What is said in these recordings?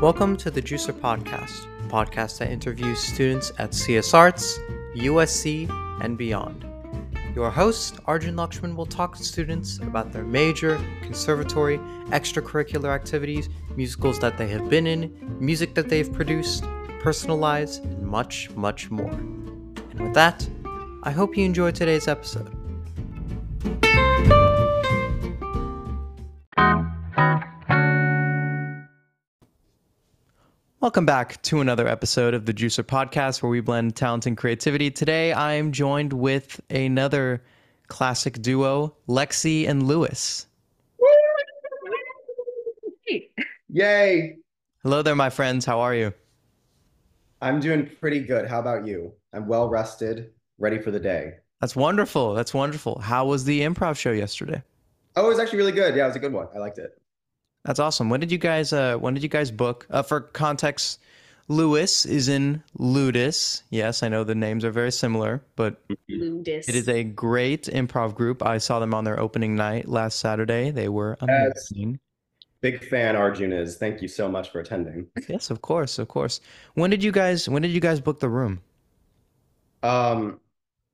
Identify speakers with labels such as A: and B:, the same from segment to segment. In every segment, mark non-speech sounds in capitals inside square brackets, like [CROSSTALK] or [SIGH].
A: Welcome to the Juicer Podcast, a podcast that interviews students at CS Arts, USC, and beyond. Your host, Arjun Lakshman, will talk to students about their major, conservatory, extracurricular activities, musicals that they have been in, music that they've produced, personal lives, and much, much more. And with that, I hope you enjoyed today's episode. Welcome back to another episode of the Juicer Podcast, where we blend talent and creativity. Today, I am joined with another classic duo, Lexi and Lewis.
B: Yay!
A: Hello there, my friends. How are you?
B: I'm doing pretty good. How about you? I'm well rested, ready for the day.
A: That's wonderful. That's wonderful. How was the improv show yesterday?
B: Oh, it was actually really good. Yeah, it was a good one. I liked it.
A: That's awesome. When did you guys? Uh, when did you guys book? Uh, for context, Lewis is in Ludus. Yes, I know the names are very similar, but
C: Ludus.
A: it is a great improv group. I saw them on their opening night last Saturday. They were
B: Yes.
A: amazing.
B: Big fan Arjun is. Thank you so much for attending.
A: Yes, of course, of course. When did you guys? When did you guys book the room?
B: Um,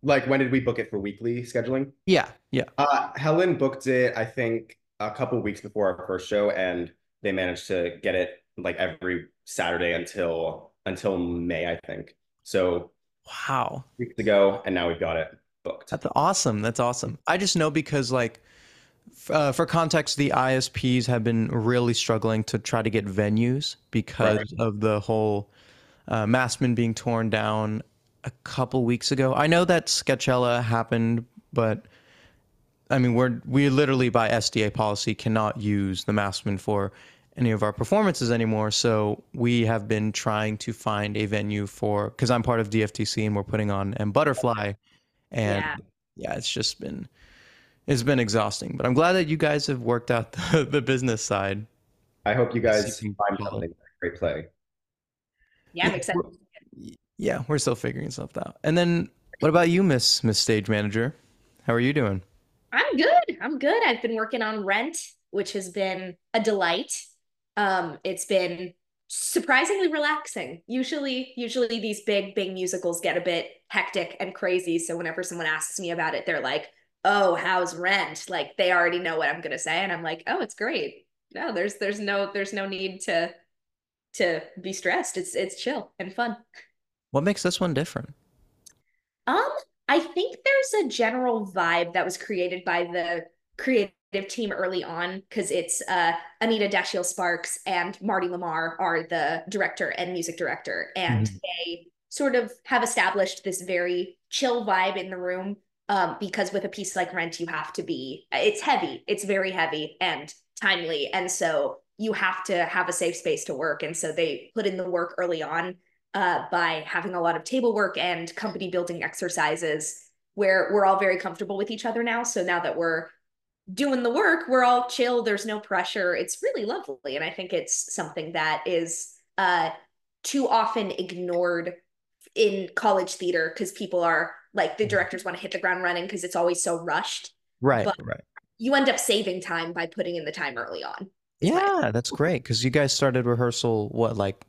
B: like when did we book it for weekly scheduling?
A: Yeah, yeah.
B: Uh, Helen booked it, I think, a couple weeks before our first show, and they managed to get it like every Saturday until until May, I think. So
A: Wow,
B: weeks ago, and now we've got it booked.
A: that's awesome. That's awesome. I just know because like. f- Uh, for context, the ISPs have been really struggling to try to get venues because of the whole uh, Massman being torn down a couple weeks ago. I know that Sketchella happened, but I mean, we're we literally by SDA policy cannot use the Massman for any of our performances anymore. So we have been trying to find a venue for because I'm part of DFTC and we're putting on and Butterfly, and yeah.
C: Yeah.
A: it's just been it's been exhausting. But I'm glad that you guys have worked out [LAUGHS] the, the business side.
B: I hope you guys
A: Seeking
B: find
A: follow.
B: something great play.
C: Yeah, I'm excited.
A: Yeah, we're still figuring stuff out. And then what about you, Miss Miss Stage Manager? How are you doing?
C: I'm good. I'm good. I've been working on Rent, which has been a delight. Um, it's been surprisingly relaxing. Usually, usually these big, big musicals get a bit hectic and crazy. So whenever someone asks me about it, they're like, "Oh, how's Rent?" Like they already know what I'm gonna say, and I'm like, "Oh, it's great." No, there's there's no there's no need to to be stressed. It's it's chill and fun.
A: What makes this one different?
C: Um, I think there's a general vibe that was created by the creative team early on because it's uh Anita Dashiell Sparks and Marty Lamar are the director and music director, and they sort of have established this very chill vibe in the room. Um, because with a piece like Rent, you have to be it's heavy, it's very heavy and timely, and so you have to have a safe space to work. And so they put in the work early on uh, by having a lot of table work and company building exercises where we're all very comfortable with each other now. So now that we're doing the work, we're all chill. There's no pressure. It's really lovely. And I think it's something that is uh, too often ignored in college theater because people are like, the directors want to hit the ground running because it's always so rushed.
A: Right,
C: But-
A: right.
C: You end up saving time by putting in the time early on.
A: Yeah, that's great because you guys started rehearsal what like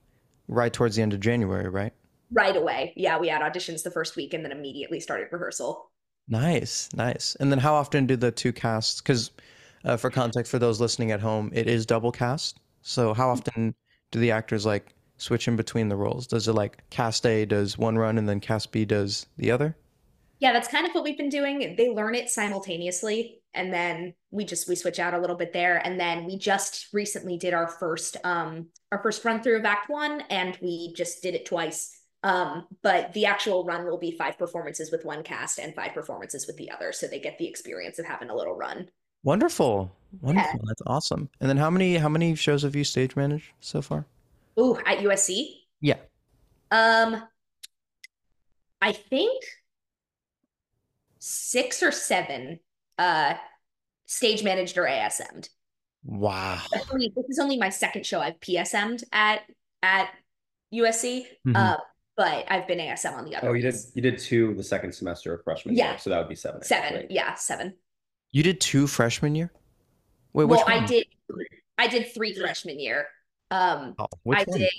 A: right towards the end of January, right?
C: Right away. Yeah, we had auditions the first week and then immediately started rehearsal.
A: Nice, nice. And then how often do the two casts? Because uh, for context, for those listening at home, it is double cast. So how often do the actors like switch in between the roles? Does it like cast A does one run and then cast B does the other?
C: Yeah, that's kind of what we've been doing. They learn it simultaneously, and then we just we switch out a little bit there. And then we just recently did our first um our first run through of Act One, and we just did it twice. Um, but the actual run will be five performances with one cast and five performances with the other, so they get the experience of having a little run.
A: Wonderful, wonderful. That's awesome. And then how many how many shows have you stage managed so far?
C: Ooh, at USC.
A: Yeah.
C: Um, I think six or seven uh stage managed or ASM'd.
A: Wow.
C: That's only- this is only my second show I've PSM'd at at USC,
A: Mhm.
C: uh, but I've been ASM on the other
B: Mm-hmm. Oh, you did
C: ones.
B: you did two the second semester of freshman year,
C: Yeah.
B: so that would be seven.
C: seven,
B: actually.
C: yeah, seven.
A: You did two freshman year? Wait, which
C: well, I
A: one?
C: did, I did three freshman year. Um,
A: Oh, which
C: I
A: one?
C: did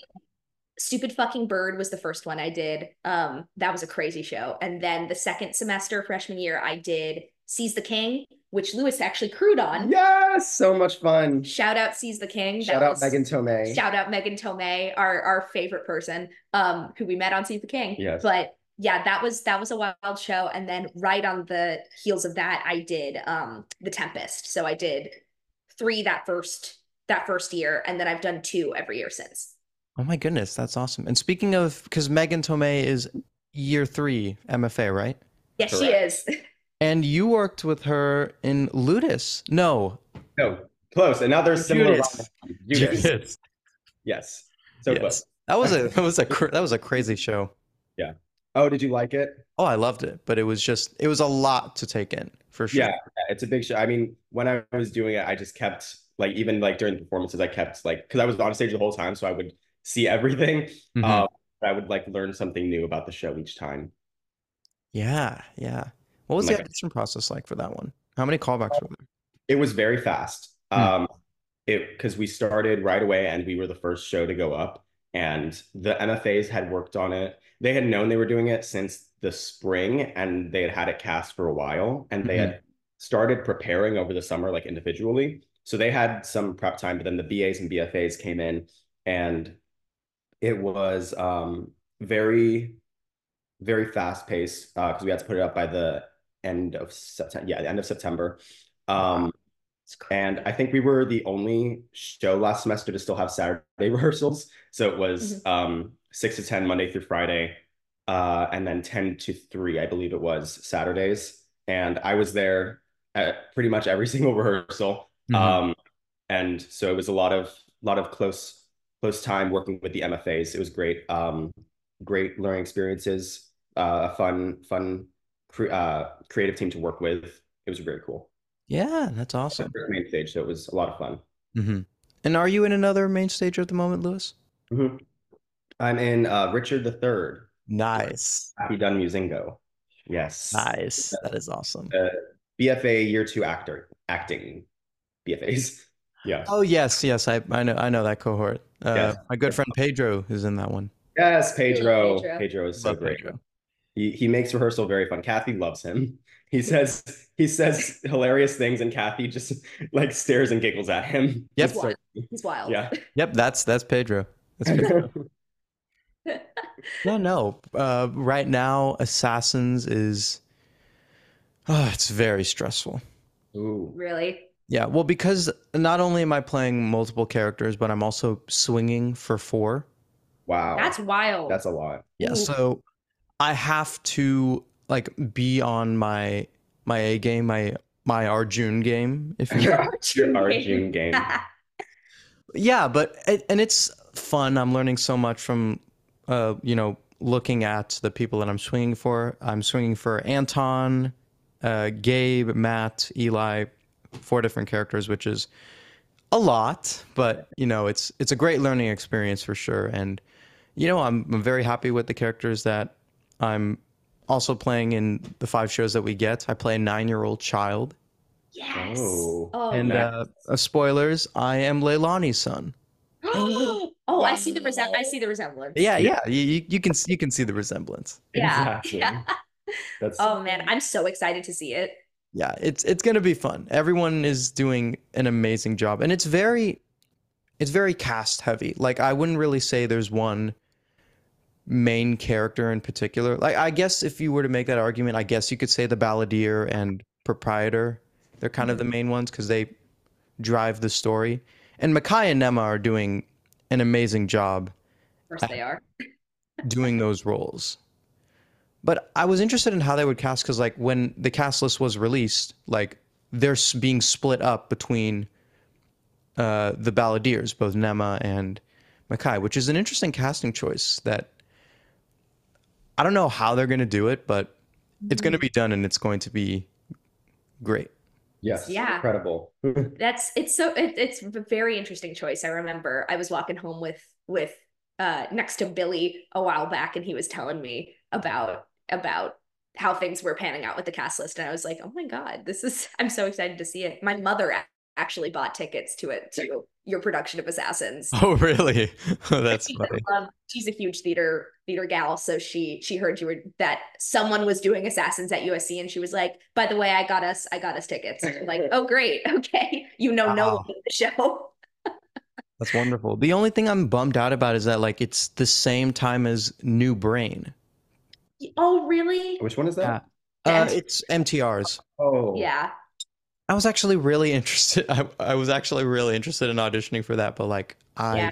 C: Stupid Fucking Bird was the first one I did. Um, that was a crazy show. And then the second semester, freshman year, I did Seize the King, which Lewis actually crewed on.
B: Yes, so much fun.
C: Shout out Seize the King.
B: Shout
C: That
B: out
C: was-
B: Megan Tomei.
C: Shout out Megan Tomei, our our favorite person, um, who we met on Seize the King.
B: Yes.
C: But yeah, that was that was a wild show. And then right on the heels of that, I did um The Tempest. So I did three that first that first year, and then I've done two every year since.
A: Oh my goodness, that's awesome. And speaking of, because Megan Tomei is year three MFA, right?
C: Yes, she
B: Correct.
C: is.
A: And you worked with her in Ludus. No,
B: No, close. Another similar.
A: Judas.
B: line. Judas.
A: Yes.
B: Yes. So close.
A: That was a that was a cr- that was a crazy show.
B: Oh, did you like it?
A: Oh, I loved it, but it was just it was a lot to take in for sure.
B: Yeah, it's a big show. I mean, when I was doing it, I just kept like even like during the performances, I kept like because I was on stage the whole time, so I would see everything.
A: Mhm.
B: Um, but I would like learn something new about the show each time.
A: yeah, yeah. What was the
B: Like-
A: audition process like for that one? How many callbacks were there?
B: It was very fast.
A: Hmm.
B: Um, it because we started right away and we were the first show to go up, and the MFAs had worked on it. They had known they were doing it since the spring, and they had had it cast for a while, and they
A: Mhm.
B: had started preparing over the summer, like individually. So they had some prep time, but then the BAs and BFAs came in, and it was um, very, very fast paced because we had to put it up by the end of September. Yeah, the end of September. Um,
C: It's crazy.
B: and I think we were the only show last semester to still have Saturday [LAUGHS] rehearsals. So it was um, six to 10 Monday through Friday, uh, and then 10 to three, I believe it was Saturdays. And I was there at pretty much every [LAUGHS] single rehearsal.
A: Mm-hmm.
B: Um, and so it was a lot of lot of close close time working with the MFAs. It was great, um, great learning experiences. Uh, a fun fun cre- uh, creative team to work with. It was very cool.
A: yeah, that's
B: So
A: awesome.
B: main stage, so it was a lot of fun.
A: hmm And are you in another main stage at the moment, Lewis?
B: I'm in uh, Richard the Third,
A: Nice,
B: Happy Done Musingo. Yes,
A: nice. That is awesome.
B: BFA year two actor acting BFAs. Yeah.
A: Oh yes, yes. I I know I know that cohort. Uh,
B: Yes.
A: My good friend Pedro is in that one.
B: Yes, Pedro.
C: Pedro.
B: Pedro is so
A: Love
B: great.
A: Pedro.
B: He he makes rehearsal very fun. Kathy loves him. He says he says hilarious things, and Kathy just like stares and giggles at him.
A: Yep.
B: It's so-
C: He's wild.
B: yeah.
A: Yep, that's that's Pedro. That's Pedro. [LAUGHS] No, no. Uh, right now, Assassins is. Oh, it's very stressful.
B: [LAUGHS] Ooh.
C: Really?
A: Yeah, well, because not only am I playing multiple characters, but I'm also swinging for four.
B: Wow.
C: That's wild. [LAUGHS]
B: that's a lot.
A: Yeah,
C: Ooh.
A: so I have to like be on my my A game, my my Arjun game, if [LAUGHS] you
B: Your
C: Arjun
B: Arjun
C: [LAUGHS]
B: game.
A: Yeah, but it, and it's fun. I'm learning so much from, uh, you know, looking at the people that I'm swinging for. I'm swinging for Anton, uh, Gabe, Matt, Eli, four different characters, which is a lot, but you know, it's it's a great learning experience for sure. And you know, I'm, I'm very happy with the characters that I'm also playing in the five shows that we get. I play a nine-year-old child,
C: yes.
B: Oh.
C: Oh,
A: and
C: yeah.
A: uh, uh, spoilers, I am Leilani's son.
C: [GASPS] oh, I see the resem- I see the resemblance.
A: Yeah, yeah,
B: Yeah.
A: you, you- you can you can see the resemblance.
C: Yeah.
B: Exactly.
C: Yeah.
B: That's
C: Oh man, I'm so excited to see it.
A: Yeah, it's it's gonna be fun. Everyone is doing an amazing job, and it's very, it's very cast heavy. Like I wouldn't really say there's one main character in particular. Like I guess if you were to make that argument, I guess you could say the balladeer and proprietor. They're kind of the main ones because they drive the story. And Makai and Nema are doing an amazing job
C: Of course they are.
A: doing those roles. But I was interested in how they would cast because, like, when the cast list was released, like they're s- being split up between uh, the balladeers, both Nema and Makai, which is an interesting casting choice. That I don't know how they're going to do it, but it's going to be done and it's going to be great.
B: yes.
C: Yeah.
B: Incredible.
C: That's it's so it, it's a very interesting choice. I remember I was walking home with with uh next to Billy a while back and he was telling me about about how things were panning out with the cast list and I was [LAUGHS] like, "Oh my god, this is I'm so excited to see it." My mother a- actually bought tickets to it too your production of Assassins.
A: [LAUGHS] Oh, really? [LAUGHS] That's
C: [LAUGHS] She
A: funny.
C: loved- she's a huge theater theater gal, so she she heard you were that someone was doing Assassins at USC, and she was like, "By the way, I got us I got us tickets." And you're like, "Oh, great, [LAUGHS] okay, you know no
A: Wow.
C: one at the show."
A: That's wonderful. The only thing I'm bummed out about is that like it's the same time as New Brain.
C: Oh, really?
B: Which one is that?
A: Uh,
C: And-
A: it's MTR's.
B: Oh,
C: Yeah.
A: I was actually really interested. [LAUGHS] I, I was actually really interested in auditioning for that, but like I,
C: Yeah.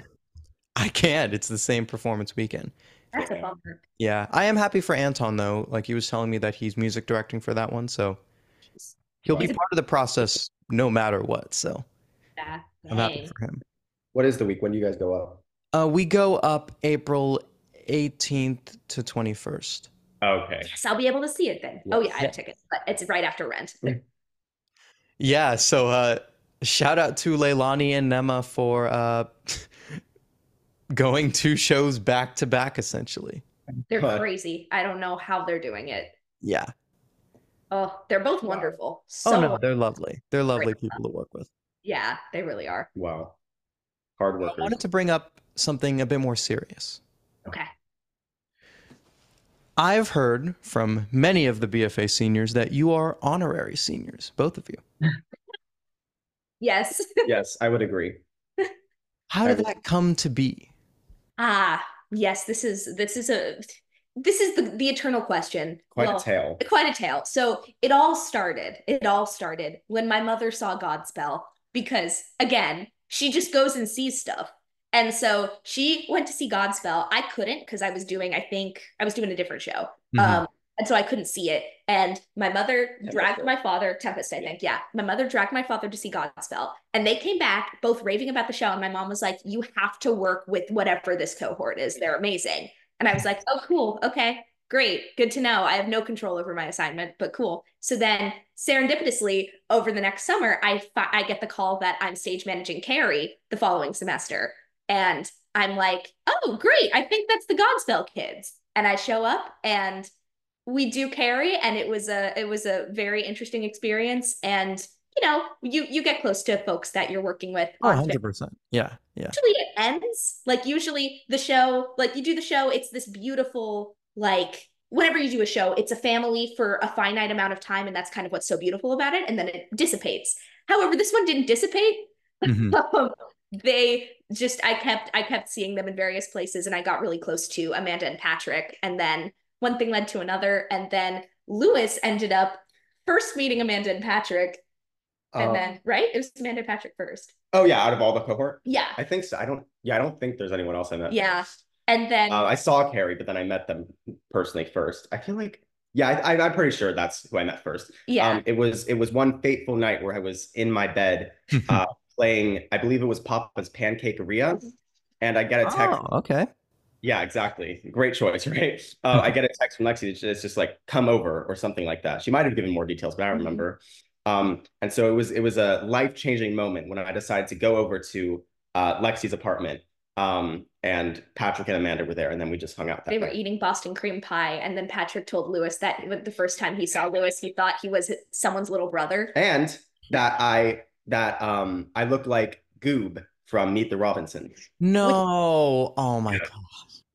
A: I can't. It's the same performance weekend.
C: That's a bummer.
A: Yeah, I am happy for Anton though. Like he was telling me that he's music directing for that one, so he'll be
C: Is it-
A: part of the process no matter what. So
C: Yeah.
A: I'm happy
C: Dang.
A: for him.
B: What is the week? When do you guys go up?
A: Uh, we go up April 18th to 21st.
B: Okay.
C: Yes, I'll be able to see it then. Oh
B: Yes.
C: yeah, I have tickets, but it's right after Rent.
A: Mm, Yeah, so uh, shout out to Leilani and Nema for uh, [LAUGHS] going two shows back to back, essentially.
C: They're
B: Huh.
C: crazy. I don't know how they're doing it.
A: Yeah.
C: Oh, they're both wonderful. So
A: Oh no, they're lovely. They're lovely
C: Great.
A: people to work with.
C: yeah, they really are.
B: Wow. Hard
A: I
B: workers.
C: [LAUGHS]
A: wanted to bring up something a bit more serious.
C: Okay.
A: I've heard from many of the BFA seniors that you are honorary seniors, both of you.
C: Yes.
B: Yes, I would agree.
A: How did
B: Every-
A: that come to be?
C: Ah, yes, this is this is a this is the, the eternal question.
B: Quite
C: Well,
B: a tale.
C: Quite a tale. So it all started. It all started when my mother saw Godspell because again, she just goes and sees stuff. And so she went to see Godspell. I couldn't because I was doing, I think I was doing a different show.
A: Mm-hmm.
C: Um, and so I couldn't see it. And my mother dragged
B: Tempest.
C: my father, Tempest, I think. Yeah. My mother dragged my father to see Godspell. And they came back both raving about the show. And my mom was like, You have to work with whatever this cohort is. They're amazing. And I was like, Oh, cool. Okay. Great. Good to know. I have no control over my assignment, but cool. So then serendipitously over the next summer, I, fi- I get the call that I'm stage managing Carrie the following semester. And I'm like, oh, great. I think that's the Godspell kids. And I show up and we do carry and it was a it was a very interesting experience and you know you you get close to folks that you're working with
A: oh,
C: on
A: 100%. Yeah,
C: [LAUGHS]
A: yeah.
C: usually it ends like usually the show like you do the show it's this beautiful like whenever you do a show it's a family for a finite amount of time and that's kind of what's so beautiful about it and then it dissipates however this one didn't dissipate
A: Mhm.
C: um, [LAUGHS] they just i kept i kept seeing them in various places and i got really close to amanda and patrick and then one thing led to another and then lewis ended up first meeting amanda and patrick and
A: Oh.
B: Um,
C: then right it was amanda and patrick first
B: oh yeah, out of all the cohort,
C: yeah
B: I think so. I don't. Yeah, I don't think there's anyone else I met.
C: Yeah. and then
B: Uh, I saw Carrie, but then I met them personally first. I feel like, yeah, I, I, I'm pretty sure that's who I met first.
C: yeah
B: Um, it was it was one fateful night where I was in my bed
C: [LAUGHS]
B: uh, playing. I believe it was Papa's Pancakeria, and I get a text.
A: Oh, okay.
B: Yeah, exactly. Great choice, [LAUGHS] right? Uh, I get a text from Lexi. It's just, it's just like come over or something like that. She might have given more details, but I don't
C: Mhm.
B: remember. Um, and so it was it was a life changing moment when I decided to go over to uh, Lexi's apartment. Um, and Patrick and Amanda were there, and then we just hung out. That
C: they were
B: night.
C: eating Boston cream pie, and then Patrick told Lewis that when- the first time he saw Lewis, he thought he was someone's little brother.
B: and that I that um I looked like Goob from Meet the Robinsons.
A: No. Oh my
B: Yeah.
A: god.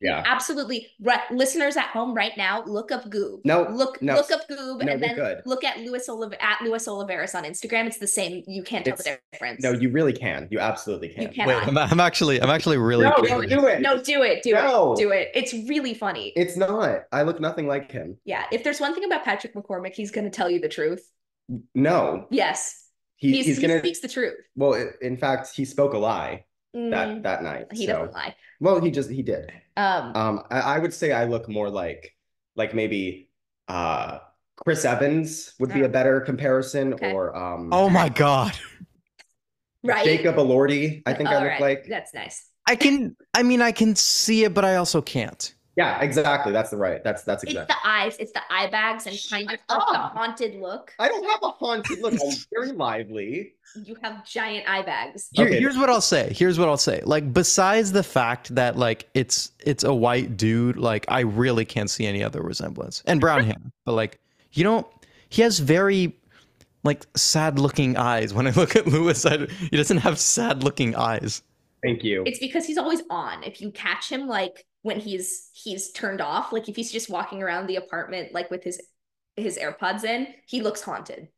B: Yeah,
C: Absolutely, right, listeners at home right now, look up Goob.
B: No,
C: look
B: no.
C: look up Goob,
B: No,
C: and
B: we're
C: then
B: good.
C: look at Lewis Oliv- at Lewis Oliveris on Instagram. It's the same. You can't tell the
B: It's-
C: difference.
B: no, you really can. You absolutely can.
C: You can't.
A: Wait, I'm, I'm actually I'm actually really
B: No, don't
A: curious.
B: do it.
C: No, do it, do
B: No.
C: it, do it. It's really funny.
B: It's not. I look nothing like him.
C: yeah, if there's one thing about Patrick McCormick, he's going to tell you the truth.
B: No,
C: Yes,
B: Oh. he,
C: He's-
B: he's,
C: he
B: gonna.
C: speaks the truth.
B: Well, i- in fact, he spoke a lie that
C: Mm,
B: that night.
C: he
B: so.
C: doesn't lie.
B: Well, he just he did.
C: Um,
B: Um, I, I would say I look more like like maybe uh Chris Evans would be
C: Oh.
B: a better comparison,
C: Okay.
B: or um
A: Oh my god.
C: right?
B: Jacob Elordi. I think I
C: All
B: look
C: right,
B: like.
C: that's nice.
A: I can I mean I can see it but I also can't.
B: Yeah, exactly. That's the right. That's that's
C: It's
B: exactly.
C: the eyes, it's the eye bags, and kind of like the
B: up.
C: haunted look.
B: I don't have a haunted look.
C: [LAUGHS]
B: I'm very lively.
C: You have giant eye bags.
A: Here-
B: Okay.
A: Here's what I'll say. Here's what I'll say. Like besides the fact that like it's it's a white dude, like I really can't see any other resemblance. And brown hair. But like you don't he has very like sad looking eyes. When I look at Lewis, I, he doesn't have sad looking eyes.
B: Thank you.
C: It's because he's always on. If you catch him like when he's he's turned off, like if he's just walking around the apartment like with his his AirPods in, he looks haunted.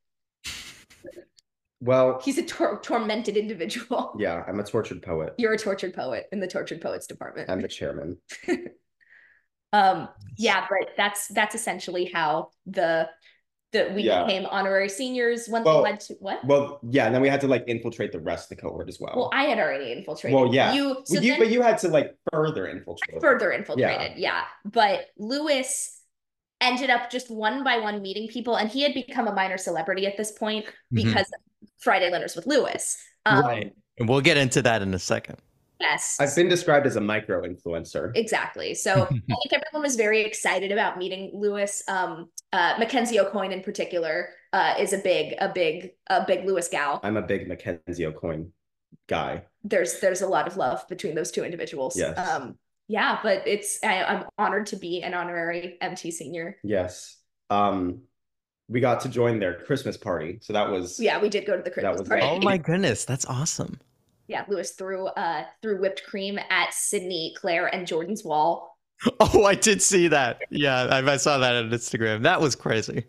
B: Well,
C: He's a tor- tormented individual.
B: [LAUGHS] yeah, I'm a tortured poet.
C: [LAUGHS] You're a tortured poet in the tortured poets department.
B: I'm the chairman.
C: [LAUGHS] um yeah, but that's that's essentially how the the we
B: Yeah.
C: became honorary seniors one
B: Well-
C: thing led to what?
B: Well, yeah, and then we had to like infiltrate the rest of the cohort as well.
C: Well, I had already infiltrated.
B: Well, yeah.
C: You so
B: Well, you,
C: then
B: but you had to like further infiltrate.
C: further infiltrated, yeah. But Lewis ended up just one by one meeting people, and he had become a minor celebrity at this point
B: Mm-hmm.
A: Mhm.
C: because of Friday Letters with Lewis. Um,
A: right. And we'll get into that in a second.
C: Yes.
B: I've been described as a micro influencer.
C: Exactly. So
B: [LAUGHS] Oh.
C: I think everyone was very excited about meeting Lewis. Um, uh, Mackenzie O'Coin in particular uh, is a big, a big, a big Lewis gal.
B: I'm a big Mackenzie O'Coin guy.
C: There's there's a lot of love between those two individuals.
B: Yes.
C: Um, yeah, but it's I, I'm honored to be an honorary MT senior.
B: Yes. Um, we got to join their Christmas party, so that was
C: Yeah, we did go to the Christmas
B: was
C: party.
A: [LAUGHS] Oh my goodness, that's awesome.
C: Yeah, Lewis threw uh threw whipped cream at Sydney, Claire, and Jordan's wall.
A: [LAUGHS] Oh, I did see that. Yeah, I, I saw that on Instagram. That was crazy.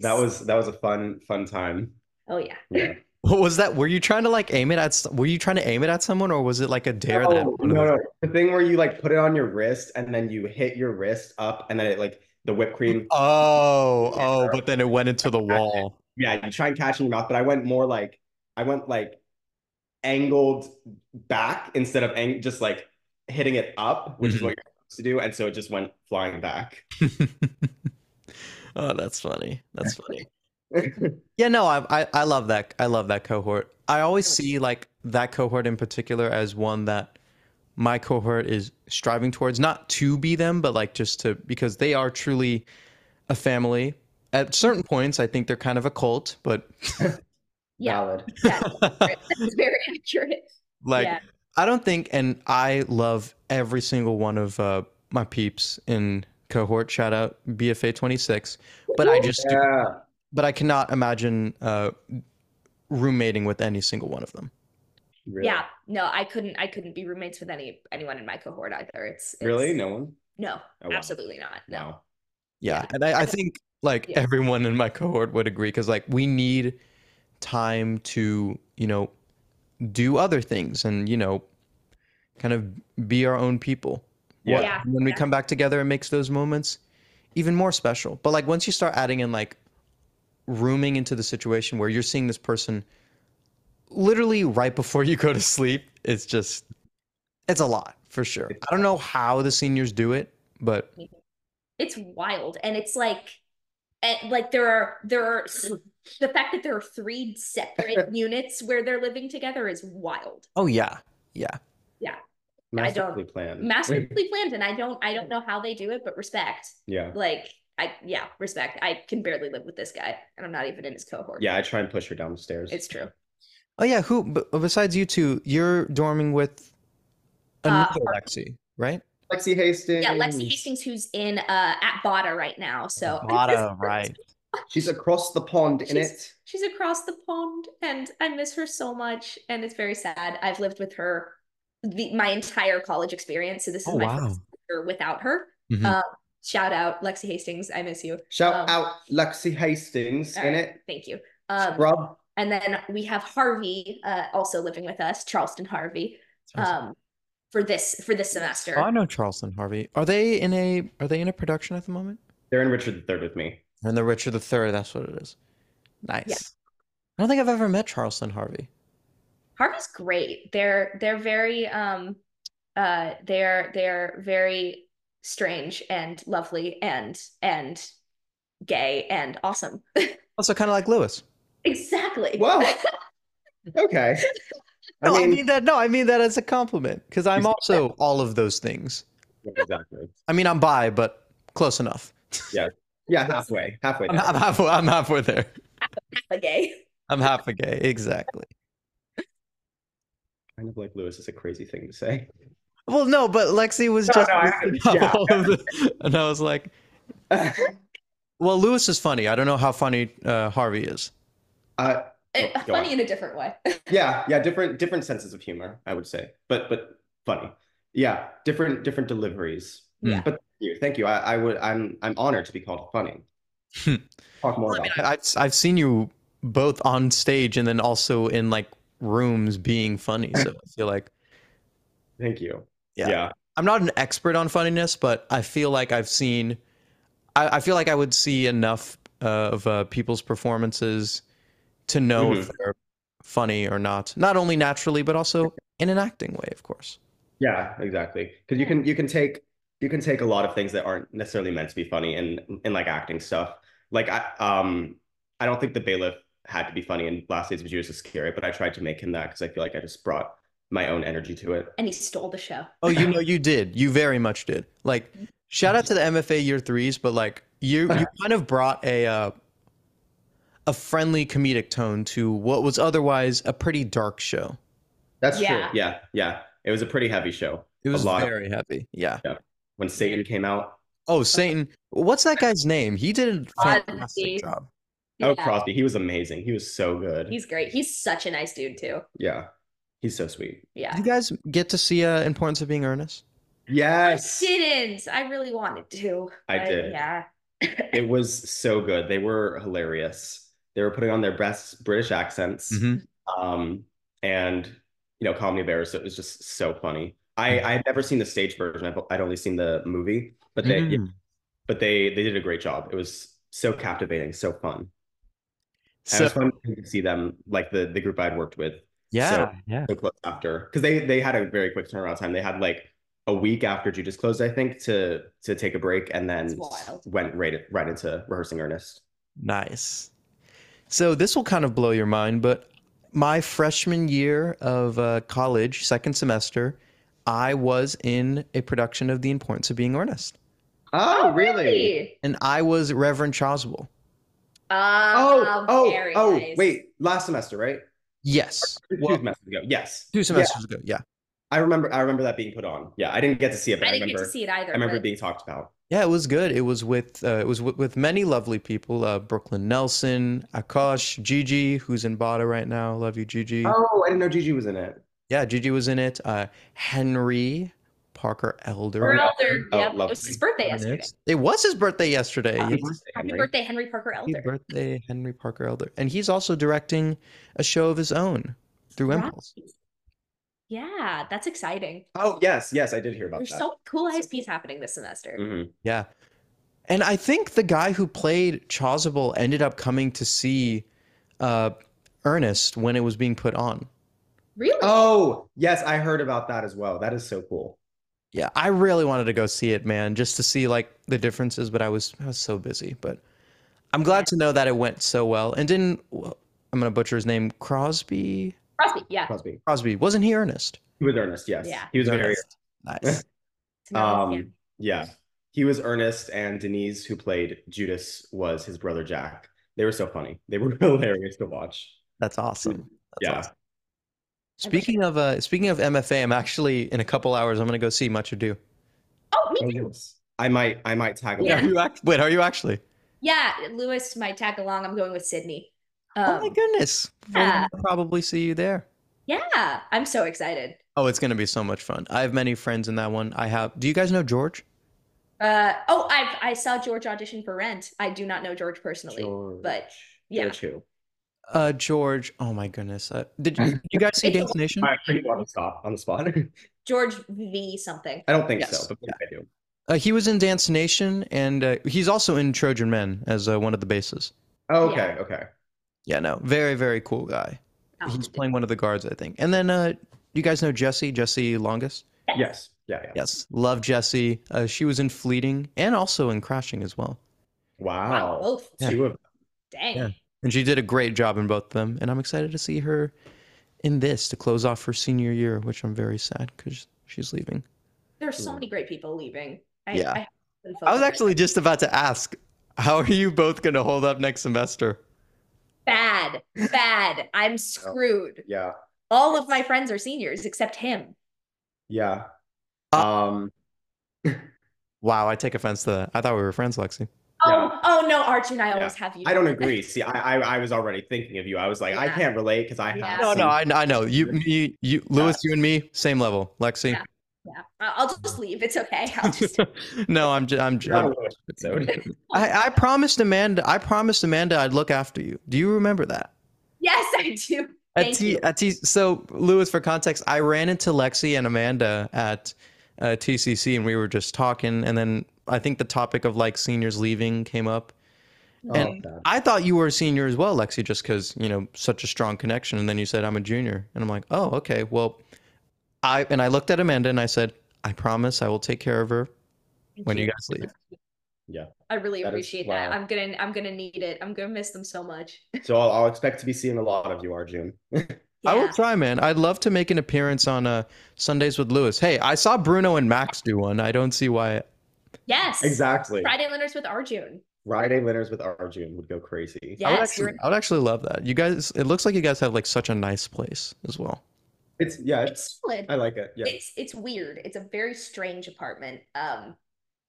B: that was that was a fun fun time.
C: Oh yeah. [LAUGHS]
B: Yeah.
A: What was that? Were you trying to like aim it at? s- Were you trying to aim it at someone, or was it like a dare? that
C: Oh.
B: No,
A: one of
B: no,
A: those-
B: no. The thing where you like put it on your wrist and then you hit your wrist up and then it like the whipped cream.
A: Oh, oh, but then it went into the wall.
B: Yeah, you try and catch it in your mouth, but I went more like I went like angled back instead of ang- just like hitting it up, which is
A: Mhm.
B: what you're supposed to do, and so it just went flying back.
A: oh, that's funny. That's funny. Yeah, no, I, I I love that. I love that cohort. I always see like that cohort in particular as one that my cohort is striving towards, not to be them, but like just to because they are truly a family. At certain points, I think they're kind of a cult, but
C: Yeah.
B: Valid.
C: yeah. That's very accurate.
A: like
C: Yeah.
A: I don't think, and I love every single one of uh, my peeps in cohort. Shout out BFA twenty six, but I just
B: Yeah.
A: but I cannot imagine uh, roommating with any single one of them.
B: Really?
C: Yeah, no, I couldn't. I couldn't be roommates with any anyone in my cohort either. It's, it's-
B: Really? No one?
C: no,
B: Oh, wow.
C: absolutely not. No,
B: Wow.
A: Yeah, and I, I think like
C: Yeah.
A: everyone in my cohort would agree because like we need time to you know do other things and you know kind of be our own people.
B: Yeah.
C: Yeah.
A: When we come back together, it makes those moments even more special. But like once you start adding in like rooming into the situation where you're seeing this person literally right before you go to sleep, it's just it's a lot for sure. I don't know how the seniors do it, but
C: it's wild, and it's like, and like there are there are the fact that there are three separate units where they're living together is wild,
A: oh yeah, yeah.
C: I don't-
B: Masterfully planned.
C: masterfully planned, and I don't I don't know how they do it, but respect.
B: yeah.
C: Like I yeah, respect. I can barely live with this guy, and I'm not even in his cohort.
B: Yeah, I try and push her down the stairs.
C: it's true.
A: Oh yeah, who b- besides you two? You're dorming with
C: Uh,
A: another Lexi, right?
B: Lexi Hastings.
C: Yeah, Lexi Hastings, who's in uh at Bada right now, so
A: Bada, right?
B: She's across the pond in
C: She's-
B: it.
C: [LAUGHS] She's across the pond and I miss her so much and it's very sad. I've lived with her the, my entire college experience. So this is
A: Oh,
C: my
A: wow.
C: first year without her.
A: Mhm.
B: Mm-hmm.
C: Uh, shout out Lexi Hastings. I miss you.
B: Shout
C: Um,
B: out Lexi Hastings
C: all
B: in
C: right.
B: it.
C: Thank you. Um,
B: Scrub.
C: and then we have Harvey uh, also living with us, Charleston Harvey, um, for this for this semester.
A: oh, I know Charleston Harvey. Are they in a Are they in a production at the moment?
B: They're in Richard III with me.
A: They're in the Richard the Third. That's what it is. Nice. I don't think I've ever met Charleston Harvey.
C: Harvey's great. They're they're very um uh they're they're very strange and lovely and and gay and awesome.
A: Also, kind of like Lewis.
C: [LAUGHS] exactly.
B: Well, [LAUGHS] okay. I
A: No, I mean,
B: mean,
A: that. No, I mean that as a compliment because I'm
B: He's-
A: also all of those things.
B: exactly.
A: I mean, I'm bi, but close enough. [LAUGHS]
B: Yeah, halfway. Halfway.
A: I'm, I'm
B: down.
A: halfway. I'm halfway there.
C: A gay.
A: I'm half a gay. Exactly.
B: Kind of like Lewis is a crazy thing to [LAUGHS] say.
A: Well, no, but Lexi was
B: No,
A: just [LAUGHS]
B: no, I-
A: listing off
B: yeah.
A: all of the- and I was like,
B: yeah,
A: well, Lewis is funny. I don't know how funny uh, Harvey is.
B: Uh,
C: Eh,
B: Oh, go
C: funny
B: on.
C: in a different way.
B: yeah, yeah, different different senses of humor, I would say, but but funny. Yeah, different different deliveries.
A: Hmm.
C: Yeah.
B: But thank you, thank you. I, I would I'm I'm honored to be called funny.
A: Hmm.
B: Talk more
A: I
B: about
A: mean,
B: that.
A: I've I've seen you both on stage and then also in like rooms being funny. So I feel like
B: Thank you.
A: Yeah. I'm not an expert on funniness, but I feel like I've seen, I, I feel like I would see enough uh, of uh, people's performances to know if they're funny or not. Not only naturally, but also in an acting way, of course.
B: Yeah, exactly. Because you can you can take you can take a lot of things that aren't necessarily meant to be funny and and like acting stuff. Like I um I don't think the bailiff had to be funny in Last Days of Judas Iscariot, but I tried to make him that because I feel like I just brought my own energy to it.
C: and he stole the show.
A: Oh, you [LAUGHS] know, you did. You very much did. Like, shout out to the MFA year threes, but like you, [LAUGHS] you kind of brought a uh, a friendly comedic tone to what was otherwise a pretty dark show.
B: That's true.
C: Yeah.
B: Yeah, yeah. It was a pretty heavy show.
A: It was
B: lot of-
A: very heavy. Yeah.
B: When Satan came out,
A: Oh, Satan. What's that guy's name? He did a
C: Crosby.
A: fantastic job.
C: Yeah,
B: oh Crosby, he was amazing. He was so good.
C: he's great. He's such a nice dude too.
B: Yeah. He's so sweet.
C: Yeah.
A: Did you guys get to see uh, Importance of Being Earnest?
C: I
B: Yes.
C: didn't. I really wanted to.
B: I
C: but
B: did.
C: Yeah.
B: It was so good. They were hilarious. They were putting on their best British accents. um and you know comedy of errors so it was just so funny i i had never seen the stage version I've, i'd only seen the movie but they yeah,
A: Mm.
B: but they they did a great job it was so captivating so fun and it
A: So,
B: was fun to see them like the the group i'd worked with
A: yeah,
B: so-
A: yeah.
B: so close after because they they had a very quick turnaround time they had like a week after judas closed i think to to take a break and
C: It's
B: then
C: wild.
B: went right right into rehearsing earnest
A: Nice. So this will kind of blow your mind, but my freshman year of uh, college, second semester, I was in a production of The Importance of Being Earnest,
B: oh
A: and I was Reverend Choswell.
C: Uh,
B: oh oh
C: very
B: oh
C: nice.
B: wait last semester right
A: Yes,
B: Two
A: Well,
B: [LAUGHS] semesters ago. Yes,
A: two semesters ago. Yeah,
B: I remember. I remember that being put on. Yeah, I didn't get to see it, but
C: I
B: I,
C: didn't
B: remember.
C: get to see it either.
B: I remember
C: but
B: it being talked about.
A: yeah, it was good. It was with uh, it was with, with many lovely people: uh, Brooklyn Nelson, Akash, Gigi, who's in Bada right now. Love you, Gigi.
B: Oh, I didn't know Gigi was in it.
A: Yeah, Gigi was in it. Uh, Henry Parker Elder.
C: We're elder.
B: Oh,
C: yep. It was
B: lovely.
C: his birthday yesterday.
A: It was his birthday yesterday.
B: Happy
A: Yes.
B: birthday,
C: Happy
B: Henry.
C: birthday, Henry Parker
A: Happy
C: Elder.
A: birthday, Henry Parker Elder. And he's also directing a show of his own through
C: Right.
A: Impulse.
C: Yeah, that's exciting.
B: Oh yes, yes, I did hear about
C: There's
B: that.
C: so cool ISPs happening this
A: Mm-hmm.
C: semester.
B: Mhm.
A: Yeah. And I think the guy who played Chasuble ended up coming to see uh, Ernest when it was being put on.
C: Really?
B: Oh yes, I heard about that as well. That is so cool.
A: Yeah, I really wanted to go see it, man, just to see like the differences, but I was I was so busy, but I'm glad to know that it went so well. And didn't I'm going to butcher his name, Crosby?
C: Crosby. Yeah.
B: Crosby.
A: Crosby, wasn't he Ernest?
B: He was earnest. Yes.
C: Yeah.
B: He was very.
A: Nice.
C: It's another
B: Um.
C: one,
B: Yeah. He was earnest, and Denise, who played Judas, was his brother Jack. They were so funny. They were [LAUGHS] hilarious to watch.
A: That's awesome. That's
B: Yeah.
A: awesome. Speaking of uh, speaking of MFA, I'm actually in a couple hours. I'm gonna go see Much Ado.
C: Oh, me
B: Oh,
C: too.
B: yes. I might. I might tag
C: Yeah.
A: Are
B: [LAUGHS] along.
A: you act- Wait, are you actually?
C: Yeah, Lewis might tag along. I'm going with Sydney.
A: oh my
C: Um,
A: goodness! We'll
C: yeah.
A: probably see you there.
C: yeah, I'm so excited.
A: Oh, it's gonna be so much fun. I have many friends in that one. I have. Do you guys know George?
C: Uh, oh, I I saw George audition for Rent. I do not know George personally, but yeah.
B: George who?
A: Uh, George. Oh my goodness. Uh, did, did you guys see Dance Nation?
B: I think on the spot. On the spot. [LAUGHS]
C: George V something.
B: I don't think
A: Yes.
B: so, but maybe I do.
A: Uh, he was in Dance Nation, and uh, he's also in Trojan Men as uh, one of the basses.
B: Oh,
C: Yeah.
B: okay, okay.
A: Yeah, no, very very cool guy.
C: Oh,
A: He's playing one of the guards, I think. And then, uh, you guys know Jesse? Jesse Longest.
B: Yes. Yeah, yeah.
A: Yes, love Jesse. Uh, she was in Fleeting and also in Crashing as well.
C: wow,
B: Wow.
C: both.
A: Yeah.
B: Two of
C: Dang.
A: Yeah. And she did a great job in both of them. And I'm excited to see her in this to close off her senior year, which I'm very sad because she's leaving.
C: There's so
B: Mm.
C: many great people leaving. I,
A: Yeah.
C: I, been
A: I was
C: focused.
A: actually just about to ask, how are you both going to hold up next semester?
C: bad, bad.
A: [LAUGHS] Oh.
C: I'm screwed.
B: yeah,
C: All of my friends are seniors except him.
B: yeah.
A: Uh,
B: Um
A: Wow, I take offense to that. I thought we were friends, Lexi.
C: Oh,
B: Yeah.
C: oh no, Arch and I always have you.
B: I don't agree. See, I, I I was already thinking of you. I was like, I
C: Yeah.
B: can't relate because I
C: Yeah.
B: have
A: No, no,
B: [LAUGHS] seen-
A: I, I know you, me, you, Lewis, you and me, same level. Lexi,
C: Yeah. [LAUGHS] Yeah. I- I'll just leave. It's okay.
B: [LAUGHS]
C: I'll just.
A: [LAUGHS] no, I'm, j- I'm, j-
B: Not
C: [LAUGHS]
B: a
A: I'm
B: Lewis episode.
A: I, I promised Amanda, I promised Amanda I'd look after you. Do you remember that?
C: yes, I do.
A: At
C: Thank
A: T-
C: you.
A: at T- so, Lewis, for context, I ran into Lexi and Amanda at uh, TCC, and we were just talking. And then I think the topic of like seniors leaving came up.
B: Oh,
A: And-
B: God.
A: I thought you were a senior as well, Lexi, just because you know such a strong connection. And then you said I'm a junior, and I'm like, oh, okay, well, I and I looked at Amanda and I said, I promise I will take care of her
C: Thank
A: when you guys leave.
C: I really
B: That is-
C: appreciate that.
B: wow.
C: I'm gonna I'm gonna need it. I'm gonna miss them so much. [LAUGHS]
B: So I'll, I'll expect to be seeing a lot of you, Arjun.
A: I will
C: Yeah.
A: try, man. I'd love to make an appearance on uh, Sundays with Lewis. Hey, I saw Bruno and Max do one. I don't see why.
C: Yes.
B: Exactly.
C: Friday Leonard's with Arjun.
B: Friday winners with Arjun would go crazy.
A: I would
C: Yes.
A: actually,
C: you're-
A: I would actually love that. You guys, it looks like you guys have like such a nice place as well.
B: It's yeah, it's
C: It's solid.
B: I like it. Yeah.
C: It's it's weird. It's a very strange apartment. Um,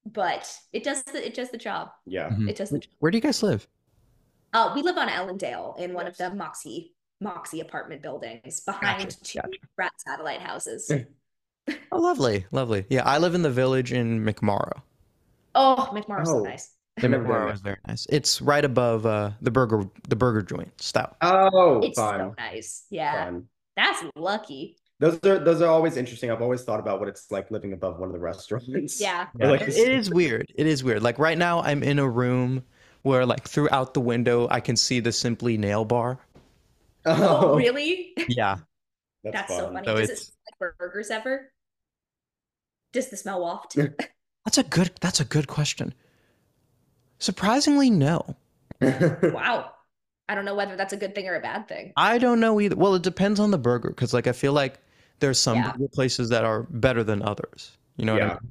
C: but it does the it does the job.
B: Yeah.
A: Mhm.
C: It does the job.
A: Where do you guys live?
C: Uh, we live on Ellendale in one of the Moxie Moxie apartment buildings behind
A: Gotcha,
C: two rat satellite houses.
A: Oh, lovely, lovely. Yeah, I live in the village in McMorrow.
C: oh, McMorrow's so
B: Oh.
C: nice.
B: I've never been
A: McMorrow
B: there.
A: is very nice. It's right above uh, the burger, the burger joint, Stout.
B: Oh,
C: It's
B: fun.
C: so nice. Yeah.
B: Fun.
C: That's lucky.
B: Those are those are always interesting. I've always thought about what it's like living above one of the restaurants. [LAUGHS]
C: Yeah.
B: Or like
A: it
B: the
A: it is weird. It is weird. Like right now, I'm in a room where like throughout the window, I can see the Simply Nail Bar.
C: Oh,
B: Oh,
C: really?
A: Yeah,
B: That's,
C: That's, so
B: fun.
C: funny.
A: So
C: Does it
A: it's-
C: smell like burgers ever? Does the smell waft?
A: that's a good. That's a good question. Surprisingly, no.
B: [LAUGHS]
C: wow. I don't know whether that's a good thing or a bad thing.
A: I don't know either. Well, it depends on the burger because like I feel like there's some
C: Yeah.
A: burger places that are better than others. You know
B: yeah.
A: what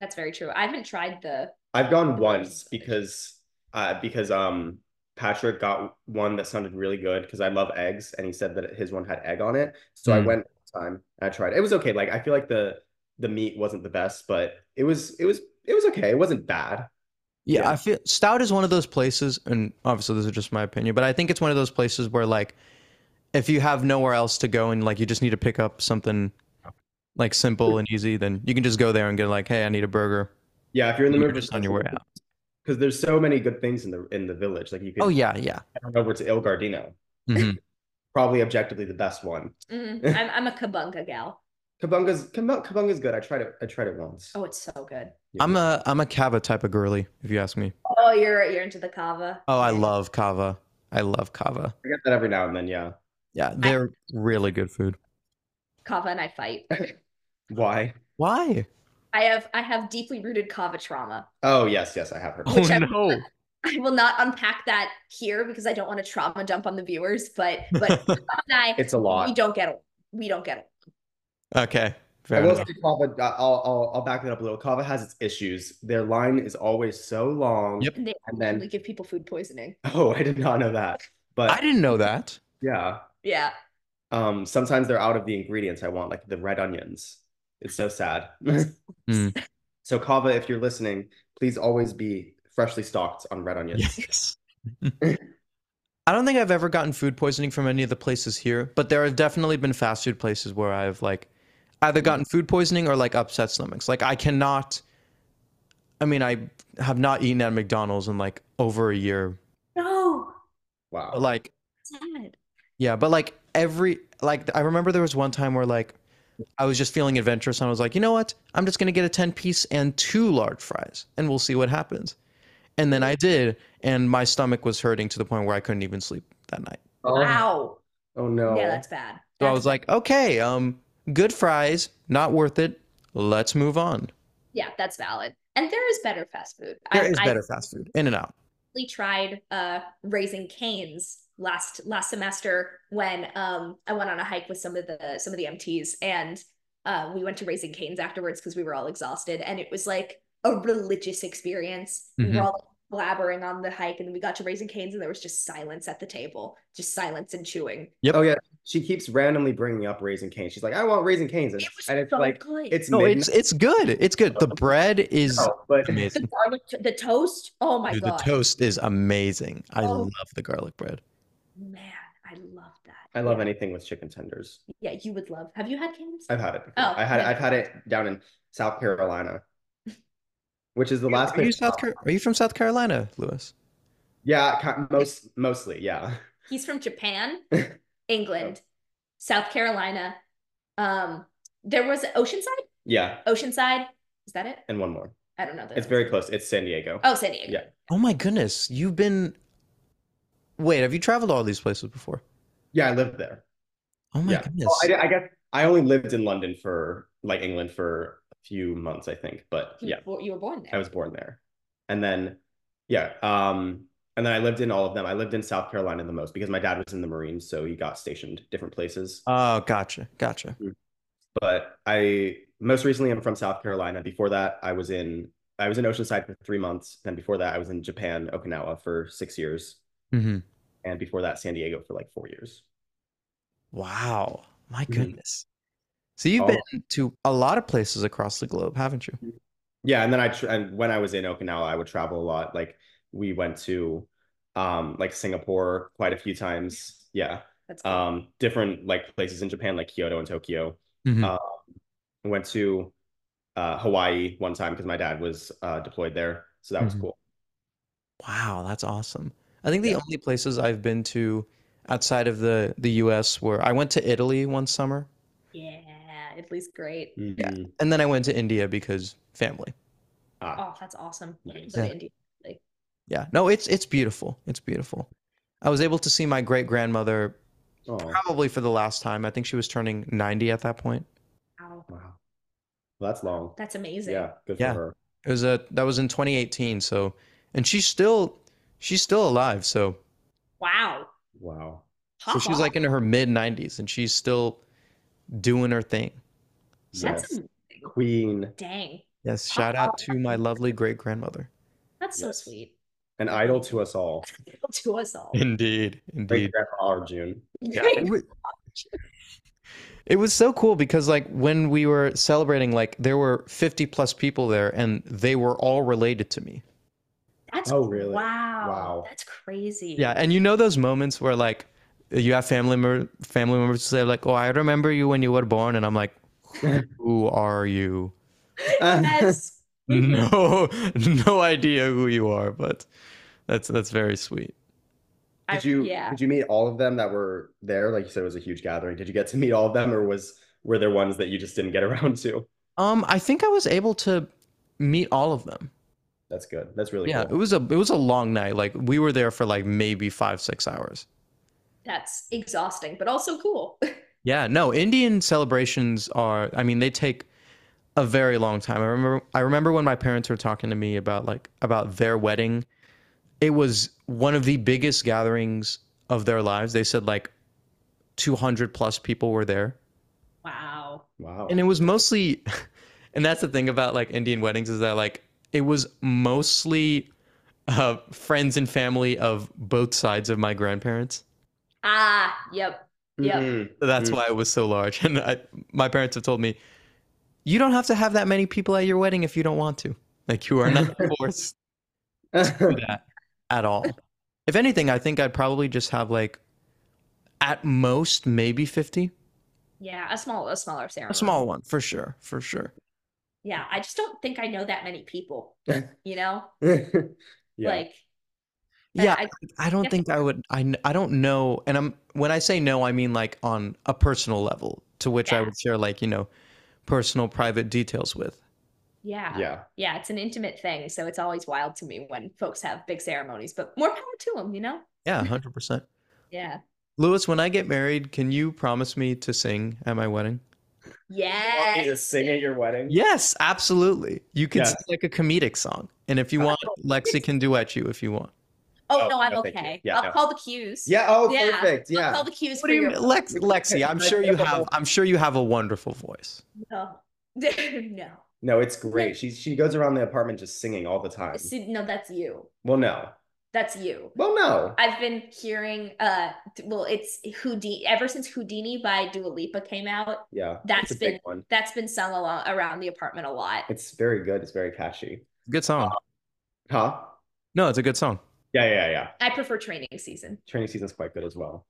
C: That's very true. I haven't tried the
B: I've gone once because uh because um Patrick got one that sounded really good because I love eggs and he said that his one had egg on it. So I
A: Mm.
B: went one time and I tried. It It was okay. Like I feel like the the meat wasn't the best, but it was it was it was okay. It wasn't bad.
A: Yeah,
B: Yeah.
A: I feel Stout is one of those places, and obviously this is just my opinion, but I think it's one of those places where like if you have nowhere else to go and like you just need to pick up something like simple and easy, then you can just go there and get like, hey, I need a burger.
B: Yeah, if you're in the
A: You're
B: mood for
A: just on your way out.
B: because there's so many good things in the in the village. Like you can
A: Oh yeah, yeah.
B: head over to Il Gardino, Mm-hmm.
A: Mhm.
B: probably objectively the best one.
C: mm, I'm I'm a kabunga gal.
B: Kabunga's Kabung- Kabunga's good. I tried it. I tried it once.
C: Oh, it's so good.
A: [LAUGHS] I'm a I'm a cava type of girly, if you ask me.
C: Oh, you're you're into the kava.
A: Oh, I love cava. I love cava.
B: I get that every now and then. Yeah.
A: Yeah, they're really good food.
C: kava and I fight.
B: Why?
A: Why?
C: I have I have deeply rooted kava trauma. [LAUGHS]
B: Oh yes, yes, I have heard. of
A: Oh
C: Which I-
A: no.
C: I will not unpack that here because I don't want to trauma dump on the viewers, but
A: [LAUGHS]
C: but Kava and I
B: it. It's a lot.
C: we don't get it. We don't get it.
A: Okay.
B: I
A: Fair
B: will
A: enough.
B: say Kava, I- I'll, I'll, I'll back that up a little. Kava has its issues. Their line is always so long.
A: Yep.
C: And they
B: And then,
C: only give people food poisoning.
B: [LAUGHS] oh, I did not know that. But
A: I didn't know that.
B: yeah,
C: Yeah.
B: um, sometimes they're out of the ingredients I want, like the red onions. It's
A: [LAUGHS]
B: so sad.
A: Mm.
B: So Kava, if you're listening, please always be freshly stocked on red onions.
A: Yes. [LAUGHS] I don't think I've ever gotten food poisoning from any of the places here, but there have definitely been fast food places where I've like either gotten food poisoning or like upset stomachs. Like I cannot I mean, I have not eaten at McDonald's in like over a year.
C: No.
B: Wow.
A: But like
C: Sad.
A: yeah, but like every like I remember there was one time where like I was just feeling adventurous and I was like, you know what? I'm just gonna get a ten piece and two large fries and we'll see what happens. And then I did, and my stomach was hurting to the point where I couldn't even sleep that night.
B: oh,
C: Wow.
B: oh no.
C: Yeah, that's bad.
A: So I
C: That's
A: was like, okay, um, good fries, not worth it. Let's move on.
C: Yeah, that's valid. And there is better fast food.
A: There
C: I,
A: is
C: I
A: better fast food. In and out.
C: actually tried uh raising canes last last semester when um I went on a hike with some of the some of the MTs and uh we went to raising canes afterwards because we were all exhausted and it was like a religious experience. We
A: Mhm.
B: Mm-hmm.
C: were all blabbering on the hike and then we got to raising canes and there was just silence at the table, just silence and chewing.
B: Oh yeah. she keeps randomly bringing up Raising Cane's. She's like, I want Raising Cane's. And,
C: It was
B: and it's
C: so
B: like,
C: good.
B: it's
A: No,
B: midnight.
A: Oh, it's Oh. it's good. It's good. The bread is
B: now, but
C: the
A: amazing.
C: garlic, to- the toast. Oh my
A: Dude, the
C: god,
A: toast is amazing. I
C: Oh.
A: love the garlic bread.
C: man, I love that.
B: I love
C: yeah.
B: anything with chicken tenders.
C: Yeah, you would love. Have you had canes?
B: I've had it. before.
C: Oh,
B: I had
C: yeah.
B: I've had it down in South Carolina, which is the last
A: Are you
B: place.
A: South Car- Are you from South Carolina, Lewis?
B: Yeah, ki- most mostly, yeah.
C: He's from
B: [LAUGHS]
C: Japan,
B: Oh.
C: England, South Carolina. Um, there was Oceanside.
B: Yeah,
C: Oceanside. Is that it?
B: and one more.
C: I don't know. the
B: It's
C: other
B: very
C: ones.
B: close. It's San Diego.
C: Oh, San Diego.
B: Yeah.
A: Oh my goodness, you've been. Wait, have you traveled all these places before?
B: Yeah, I lived there.
A: Oh my
B: Yeah.
A: goodness.
B: Well, I, I guess I only lived in London for like England for a few months, I think. But
A: Hmm.
C: You,
B: yeah,
C: were- you were born there.
B: I was born there, and then yeah, um, and then I lived in all of them. I lived in South Carolina the most because my dad was in the Marines, so he got stationed different places.
A: Oh, gotcha, gotcha.
B: but I most recently I'm from South Carolina. Before that, I was in I was in Oceanside for three months. Then before that, I was in Japan, Okinawa for six years, Mm-hmm.
A: hmm
B: and before that, San Diego for like four years.
A: Wow, my
B: Mhm.
A: goodness. So you've
B: All-
A: been to a lot of places across the globe, haven't you?
B: Yeah, and then I tr and when I was in Okinawa, I would travel a lot. Like we went to um like Singapore quite a few times. Yeah.
C: That's cool.
B: Um different like places in Japan like Kyoto and Tokyo.
A: Mhm.
B: Uh, I went to uh Hawaii one time because my dad was uh deployed there. So that was
A: Mhm.
B: cool.
A: Wow, that's awesome. I think the
B: Yeah.
A: only places I've been to outside of the the US were I went to Italy one summer,
C: yeah, Italy's great.
A: Yeah.
B: Mhm.
A: and then I went to India because family.
B: Ah.
C: Oh, that's awesome. I didn't
B: Nice.
C: go to
A: Yeah.
C: India.
A: Yeah. No, it's it's beautiful. It's beautiful. I was able to see my great grandmother
B: Oh,
A: probably for the last time. I think she was turning 90 at that point.
C: Wow,
B: wow. Well, that's long.
C: that's amazing.
B: Yeah, good
A: Yeah.
B: for her.
A: It was a that was in 2018, so and she's still she's still alive, so
C: Wow.
B: Wow.
A: so
C: Hop
A: she's
C: off.
A: like in her mid 90s and she's still doing her thing.
C: That's
B: Yes.
C: amazing.
B: Queen,
C: Dang.
A: Yes, shout out to my lovely great grandmother.
C: That's so
B: Yes.
C: sweet.
B: an idol to us all.
C: to us all. [LAUGHS]
A: Indeed,
B: Great grandma Arjun. [LAUGHS]
A: it was, it was so cool because like when we were celebrating like there were 50 plus people there and they were all related to me
C: That's
B: Oh, really?
C: Wow.
B: Wow.
C: That's crazy.
A: yeah and you know those moments where like you have family member family members say like oh i remember you when you were born and i'm like who are you
C: [LAUGHS] Yes.
A: no [LAUGHS] no idea who you are but that's that's very sweet
C: I-
B: [LAUGHS] Did you
C: yeah.
B: did you meet all of them that were there? Like you said, it was a huge gathering. Did you get to meet all of them, or was were there ones that you just didn't get [LAUGHS] around to?
A: um i think i was able to meet all of them
B: That's good. That's really
A: yeah it
B: cool.
A: was a it was a long night like we were there for like maybe five six hours
C: That's exhausting, but also cool.
A: Yeah, no, Indian celebrations are, I mean, they take a very long time. I remember I remember when my parents were talking to me about like about their wedding. It was one of the biggest gatherings of their lives. They said like 200 plus people were there.
C: Wow.
B: Wow.
A: And it was mostly [LAUGHS] and that's the thing about like Indian weddings is that like it was mostly uh, friends and family of both sides of my grandparents.
C: Ah, yep. yeah.
B: Mhm.
A: So that's
B: Mm.
A: why it was so large. [LAUGHS] And I, my parents have told me, you don't have to have that many people at your wedding if you don't want to. Like you are not forced to do that at all. If anything, I think I'd probably just have like at most maybe 50.
C: Yeah, a small, a smaller ceremony.
A: A small one for sure, for sure.
C: Yeah, I just don't think I know that many people. You know,
B: Mm-hmm. [LAUGHS] Yeah.
C: like
A: Yeah,
C: I-
A: I don't
C: Yeah.
A: think I would I kn- I don't know and I'm when I say no, I mean like on a personal level to which I
C: Yeah.
A: would share like, you know, personal private details with.
C: yeah,
B: yeah.
C: [LAUGHS] yeah, it's an intimate thing, so it's always wild to me when folks have big ceremonies. But more power to them, you know.
A: Yeah, 100%.
C: Yeah.
A: Lewis, when I get married, can you promise me to sing at my wedding?
B: You want me to
C: Yes.
B: sing at your wedding?
A: Yes, absolutely. You can
B: Yeah.
A: sing like a comedic song. And if you want, Lexi can duet you if you want.
C: Oh
B: Oh,
C: no, I'm
B: no, thank you.
C: okay.
B: Yeah,
C: I'll
B: no.
C: call the cues.
B: Yeah. Oh,
C: Yeah.
B: perfect.
C: I'll
B: Yeah.
C: call the cues
A: What
C: for
A: do you
C: your
A: mean? Lex, Lexi, I'm sure you have I'm sure you have a wonderful voice.
C: no, [LAUGHS] no.
B: Um, No, it's great. She she goes around the apartment just singing all the time.
C: See, no, that's you.
B: Well, no.
C: That's you.
B: Well, no.
C: I've been hearing uh well it's Houdini ever since Houdini by Dua Lipa came out.
B: yeah.
C: That's
B: it's a big
C: been-
B: one.
C: That's been sung along around the apartment a lot.
B: It's very good. It's very catchy.
A: Good song.
B: Huh?
A: No, it's a good song.
B: Yeah, yeah, yeah.
C: I prefer training season.
B: Training season's quite good as well.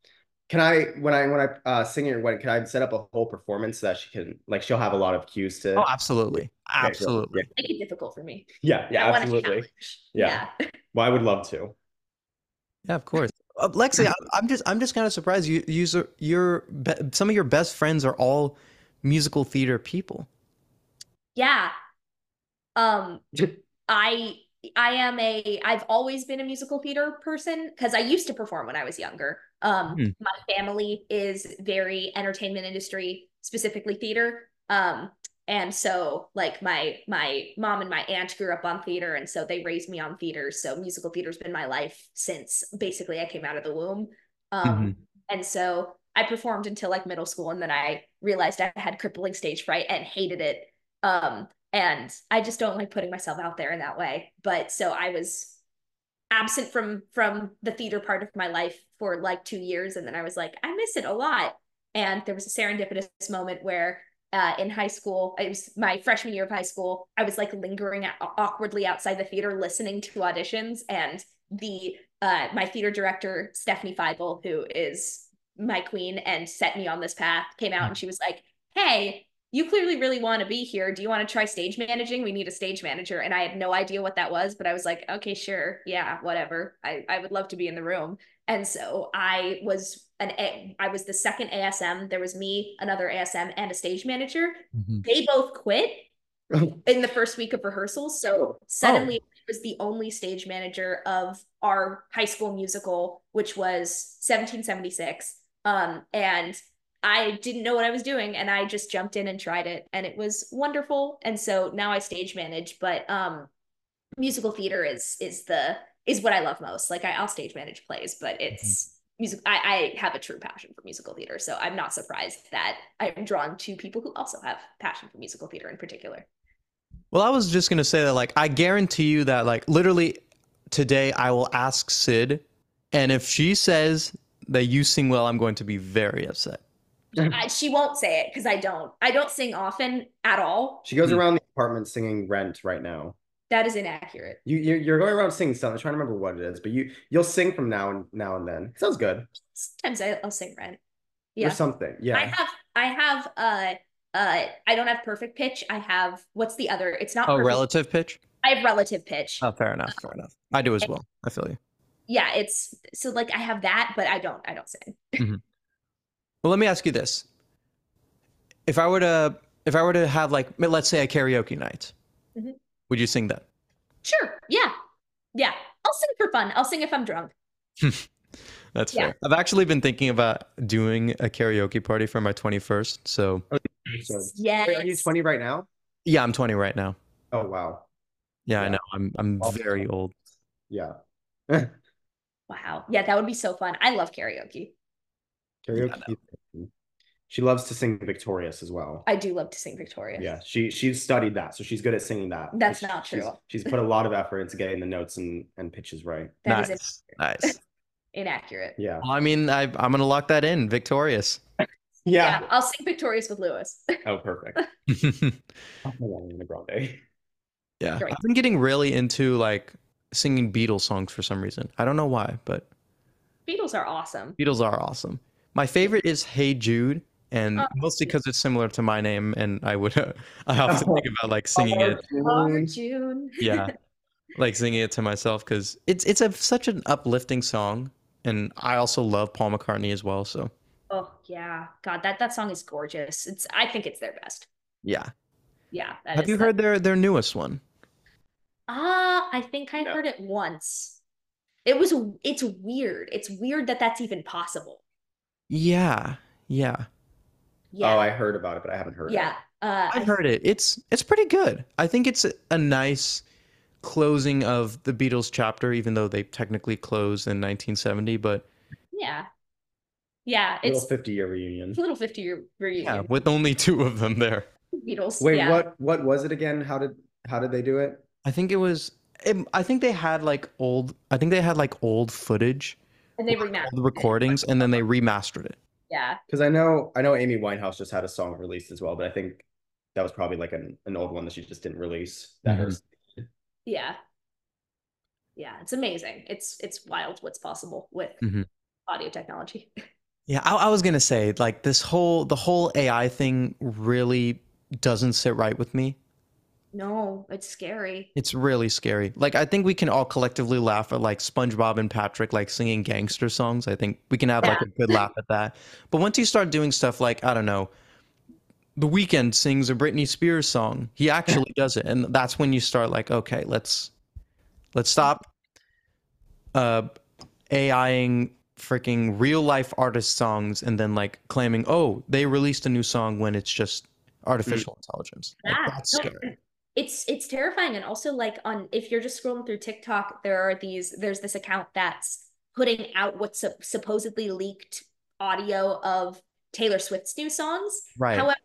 B: Can I when I when I uh sing your wedding, can I set up a whole performance so that she can like she'll have a lot of cues to
A: Oh, absolutely.
B: Okay, cool.
A: Absolutely.
C: Make it difficult for me.
B: Yeah, yeah,
C: I want a
B: absolutely.
C: challenge.
B: Yeah. Well, I would love to. [LAUGHS]
A: Yeah, of course. Uh, Lexi, I, I'm just I'm just kind of surprised you you your be, some of your best friends are all musical theater people.
C: Yeah. Um I I am a I've always been a musical theater person because I used to perform when I was younger. Um
A: Hmm.
C: my family is very entertainment industry, specifically theater. Um and so like my my mom and my aunt grew up on theater and so they raised me on theater. So musical theater's been my life since basically I came out of the womb. Um and so I performed until like middle school and then I realized I had crippling stage fright and hated it. Um and I just don't like putting myself out there in that way. But so I was absent from from the theater part of my life for like 2 years and then I was like I miss it a lot. And there was a serendipitous moment where uh, in high school, it was my freshman year of high school. I was like lingering a- awkwardly outside the theater, listening to auditions, and the uh, my theater director Stephanie Feibel, who is my queen and set me on this path, came out and she was like, "Hey, you clearly really want to be here. Do you want to try stage managing? We need a stage manager." And I had no idea what that was, but I was like, "Okay, sure, yeah, whatever. I I would love to be in the room." And so I was an A- I was the second ASM. There was me, another ASM, and a stage manager.
A: Mm-hmm.
C: They both quit in the first week of rehearsals. So suddenly I was the only stage manager of our high school musical, which was 1776. Um, and I didn't know what I was doing and I just jumped in and tried it and it was wonderful. And so now I stage manage, but um musical theater is is the is what I love most. Like I, will stage manage plays, but it's music I, I have a true passion for musical theater. So I'm not surprised that I'm drawn to people who also have passion for musical theater in particular.
A: Well, I was just gonna say that like I guarantee you that like literally today I will ask Sid, and if she says that you sing well, I'm going to be very upset.
C: I, she won't say it because I don't. I don't sing often at all.
B: She goes
A: Hmm.
B: around the apartment singing Rent right now.
C: That is inaccurate.
B: You you're, you're going around singing something. I'm trying to remember what it is, but you you'll sing from now and now and then. Sounds good.
C: Sometimes I, I'll sing rent.
B: Or
C: Yeah.
B: something. Yeah.
C: I have. I have. Uh. Uh. I don't have perfect pitch. I have. What's the other? It's not.
A: Oh,
C: perfect-
A: relative pitch?
C: I have relative pitch.
A: Oh, fair enough. Fair enough. I do as well. I feel you.
C: Yeah. It's so like I have that, but I don't. I don't sing.
A: Well, let me ask you this: if I were to if I were to have like let's say a karaoke night, Mm-hmm.
C: Mhm.
A: would you sing that?
C: Sure. Yeah. Yeah. I'll sing for fun. I'll sing if I'm drunk.
A: That's
C: Yeah.
A: fair. I've actually been thinking about doing a karaoke party for my 21st. So,
B: So-
C: Yes.
B: Wait, are you 20 right now?
A: yeah, I'm 20 right now.
B: Oh wow.
A: Yeah, I
B: Yeah.
A: know. I'm I'm
B: Awesome.
A: very old.
B: Yeah.
C: Wow. Yeah. That would be so fun. I love karaoke.
B: Karaoke. She loves to sing Victorious as well.
C: I do love to sing Victoria.
B: Yeah, she she's studied that, so she's good at singing that.
C: That's
B: She-
C: not
B: she's-
C: true.
B: She's put a lot of effort into getting the notes and and pitches right.
C: That is
A: nice. Nice.
C: inaccurate.
B: Yeah.
A: Well, I mean, I I'm going to lock that in.
C: [LAUGHS]
A: Victorious.
B: Yeah.
C: I'll sing Victorious with Lewis. [LAUGHS]
B: Oh, perfect.
A: yeah.
B: Oh, Ariana Grande.
C: Great.
A: I've been getting really into like singing Beatles songs for some reason. I don't know why, but
C: Beatles are awesome.
A: Beatles are awesome. My favorite is Hey Jude, and
C: Oh.
A: mostly because it's similar to my name, and I would [LAUGHS]
C: [LAUGHS]
A: I often think about like singing
B: Oh,
A: it.
C: Are
B: June.
C: June. [LAUGHS]
A: yeah like singing it to myself because it's it's a such an uplifting song and i also love paul mccartney as well so
C: Oh yeah. God, that that song is gorgeous. It's I think it's their best.
A: yeah
C: Yeah. that
A: have
C: is
A: you
C: the-
A: heard their their newest one
C: Ah, I think I
B: No.
C: heard it once. It was it's weird. It's weird that that's even possible.
A: yeah yeah
C: Yeah.
B: Oh, I heard about it, but I haven't heard
C: yeah. Uh
A: i've heard it it's it's pretty good i think it's a, a nice closing of the beatles chapter even though they technically closed in 1970 but
C: yeah. Yeah,
B: it. Little
C: it's
B: 50 year reunion.
C: little 50 year
A: yeah
C: reunion.
A: with only two of them there
C: Beatles.
B: Wait,
C: yeah.
B: what what was it again? How did how did they do it?
A: i think it was it, I think they had like old. I think they had like old footage,
C: and they remastered
A: old recordings, and then they remastered it.
C: Yeah.
B: Because I know I know Amy Winehouse just had a song released as well, but I think that was probably like an, an old one that she just didn't release. That
A: Mhm.
B: was-
C: Yeah. Yeah. It's amazing. It's it's wild what's possible with
B: Mm-hmm.
A: Mhm.
C: audio technology. [LAUGHS]
A: Yeah, I, I was gonna say like this whole the whole AI thing really doesn't sit right with me.
C: No, it's scary.
A: It's really scary. Like I think we can all collectively laugh at like SpongeBob and Patrick like singing gangster songs. I think we can have like a good laugh at that. But once you start doing stuff like I don't know, The Weeknd sings a Britney Spears song. He actually does it, and that's when you start like, okay, let's let's stop uh AIing freaking real life artist songs and then like claiming, oh, they released a new song when it's just artificial intelligence. Like,
C: Yeah.
A: that's
C: No,
A: scary.
C: it's it's terrifying and also like on if you're just scrolling through TikTok there are these there's this account that's putting out what's sup- supposedly leaked audio of Taylor Swift's new songs
A: Right.
C: however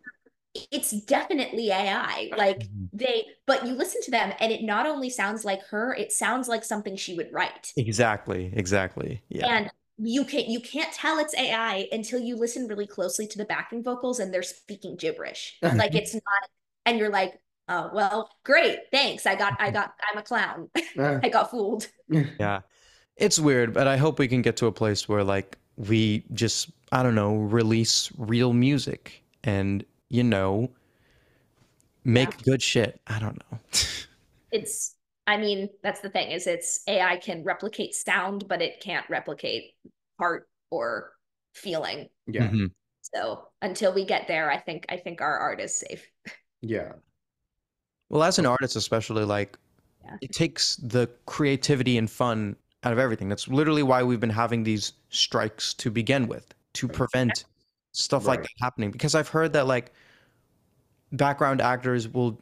C: it's definitely AI like
A: Mhm.
C: they but you listen to them and it not only sounds like her it sounds like something she would write
A: Exactly. Exactly. Yeah.
C: and you can you can't tell it's AI until you listen really closely to the backing vocals and they're speaking gibberish. like it's not and you're like, oh well, great, thanks. I got I got I'm a clown. [LAUGHS]
B: Ah.
C: I got fooled.
A: Yeah. It's weird, but I hope we can get to a place where like we just I don't know, release real music and you know make good shit. I don't know.
C: It's I mean, that's the thing, is it's AI can replicate sound, but it can't replicate heart or feeling.
A: [LAUGHS]
B: yeah.
A: Mhm.
C: So until we get there, I think I think our art is safe.
B: Yeah.
A: Well, as an artist especially like
C: Yeah.
A: it takes the creativity and fun out of everything. That's literally why we've been having these strikes to begin with to prevent stuff like
B: Right.
A: that happening because I've heard that like background actors will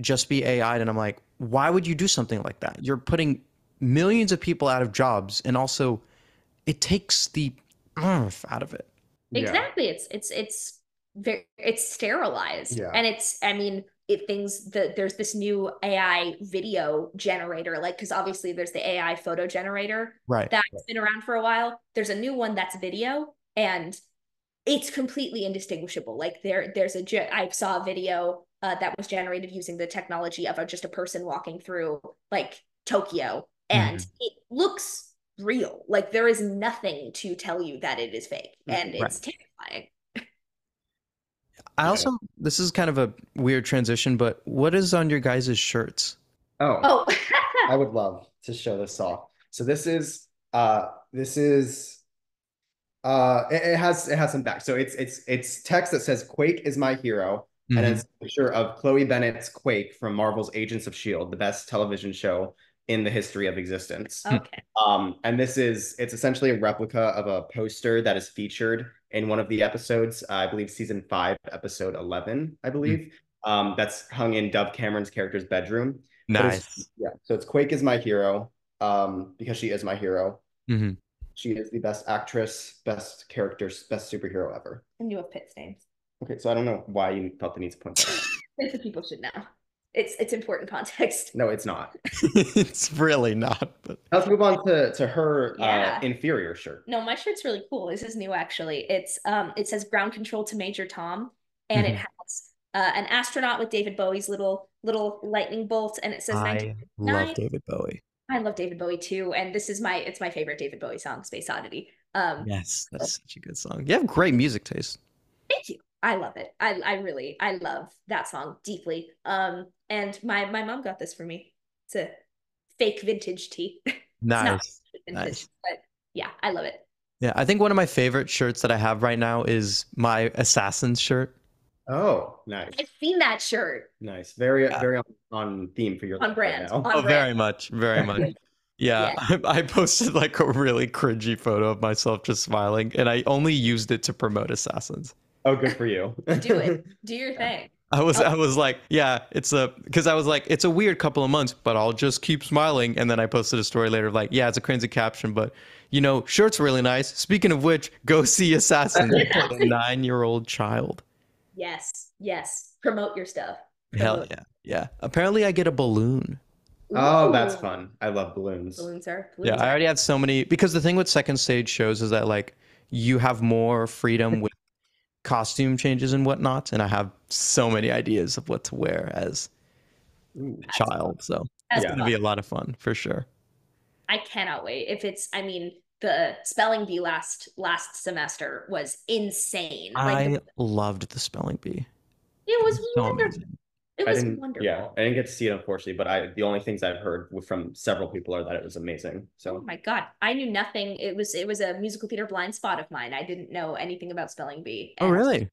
A: just be AI'd. And I'm like, why would you do something like that? You're putting millions of people out of jobs. And also, it takes the oomph out of it.
B: Yeah.
C: Exactly. It's it's it's very it's sterilized.
B: Yeah.
C: And it's I mean, it things the there's this new AI video generator, like because obviously there's the AI photo generator
A: Right.
C: that's been around for a while. There's a new one that's video and it's completely indistinguishable. Like there there's a ge- I saw a video uh, that was generated using the technology of a, just a person walking through like Tokyo and
A: Mm-hmm.
C: it looks real. Like there is nothing to tell you that it is fake and
A: Mm, Right.
C: it's terrifying.
A: I
B: Yeah.
A: also, this is kind of a weird transition, but what is on your guys' shirts?
B: Oh,
A: [LAUGHS]
C: Oh, [LAUGHS]
B: I would love to show this off. So this is uh this is uh it, it has it has some back. So it's it's it's text that says Quake is my hero, and
A: Mm-hmm.
B: it's a picture of Chloe Bennett's Quake from Marvel's Agents of Shield, E the best television show in the history of existence.
C: okay.
B: Um, and this is it's essentially a replica of a poster that is featured in one of the episodes, I believe season five, episode eleven, I believe. Um, that's hung in Dove Cameron's character's bedroom. But it's- Yeah. So it's Quake is my hero, um, because she is my hero.
A: Mhm.
B: She is the best actress, best character, best superhero ever.
C: I knew of Pitt's names.
B: Okay, so I don't know why you felt the need to point that out.
C: That's what people should know. It's it's important context.
B: No, it's not.
A: [LAUGHS] it's really not, but
B: Let's move on to to her
C: Yeah.
B: uh, inferior shirt.
C: No, my shirt's really cool. This is new actually. It's um it says ground control to Major Tom and
A: Mm-hmm.
C: it has uh, an astronaut with David Bowie's little little lightning bolt and it says 19
A: I love
C: nine.
A: David Bowie.
C: I love David Bowie too and this is my it's my favorite David Bowie song Space Oddity. Um
A: Yes, that's such a good song. You have great music taste.
C: Thank you. I love it. I I really I love that song deeply. Um, and my my mom got this for me. It's a fake vintage tee. [LAUGHS] It's not
A: Nice.
C: vintage,
A: nice.
C: but yeah, I love it.
A: Yeah, I think one of my favorite shirts that I have right now is my assassin's shirt.
B: Oh, nice,
C: I've seen that shirt.
B: nice, very
A: Yeah.
B: very on, on theme for your
C: On
B: look
C: brand,
B: Right now.
C: on-
A: Oh, very much, very much. Yeah, [LAUGHS] I, I posted like a really cringy photo of myself just smiling, and I only used it to promote assassins.
B: Oh, good for
C: [LAUGHS]
B: you. [LAUGHS]
C: Do
A: [LAUGHS]
C: it. Do your thing.
A: I was, I was like, yeah, it's a because I was like, it's a weird couple of months, but I'll just keep smiling. And then I posted a story later, of like, yeah, it's a crazy caption, but you know, shirt's really nice. Speaking of which, go [LAUGHS] see Assassin, a nine-year-old child.
C: Yes, yes. Promote your stuff.
A: Hell
C: Promote-
A: yeah, yeah. Apparently, I get a balloon.
B: Oh, that's
C: Ooh.
B: fun. I love balloons.
C: Balloons are
A: Yeah,
C: balloons
A: I
C: are-
A: already had so many because the thing with second stage shows is that like you have more freedom with costume changes and whatnot, and I have so many ideas of what to wear as
B: Ooh.
A: a child. So
C: That's
B: Yeah.
A: it'll be a lot of fun for sure.
C: I cannot wait. If it's, I mean, the spelling bee last last semester was insane. Like
A: I loved the spelling bee.
C: it was
A: So
C: wonderful.
A: amazing.
C: It
B: I
C: was
B: didn't,
C: wonderful.
B: yeah, I didn't get to see it unfortunately, but I the only things I've heard w- from several people are that it was amazing.
C: Oh
B: So
C: my God. I knew nothing. It was it was a musical theater blind spot of mine. I didn't know anything about spelling bee.
A: Oh
C: And
A: really?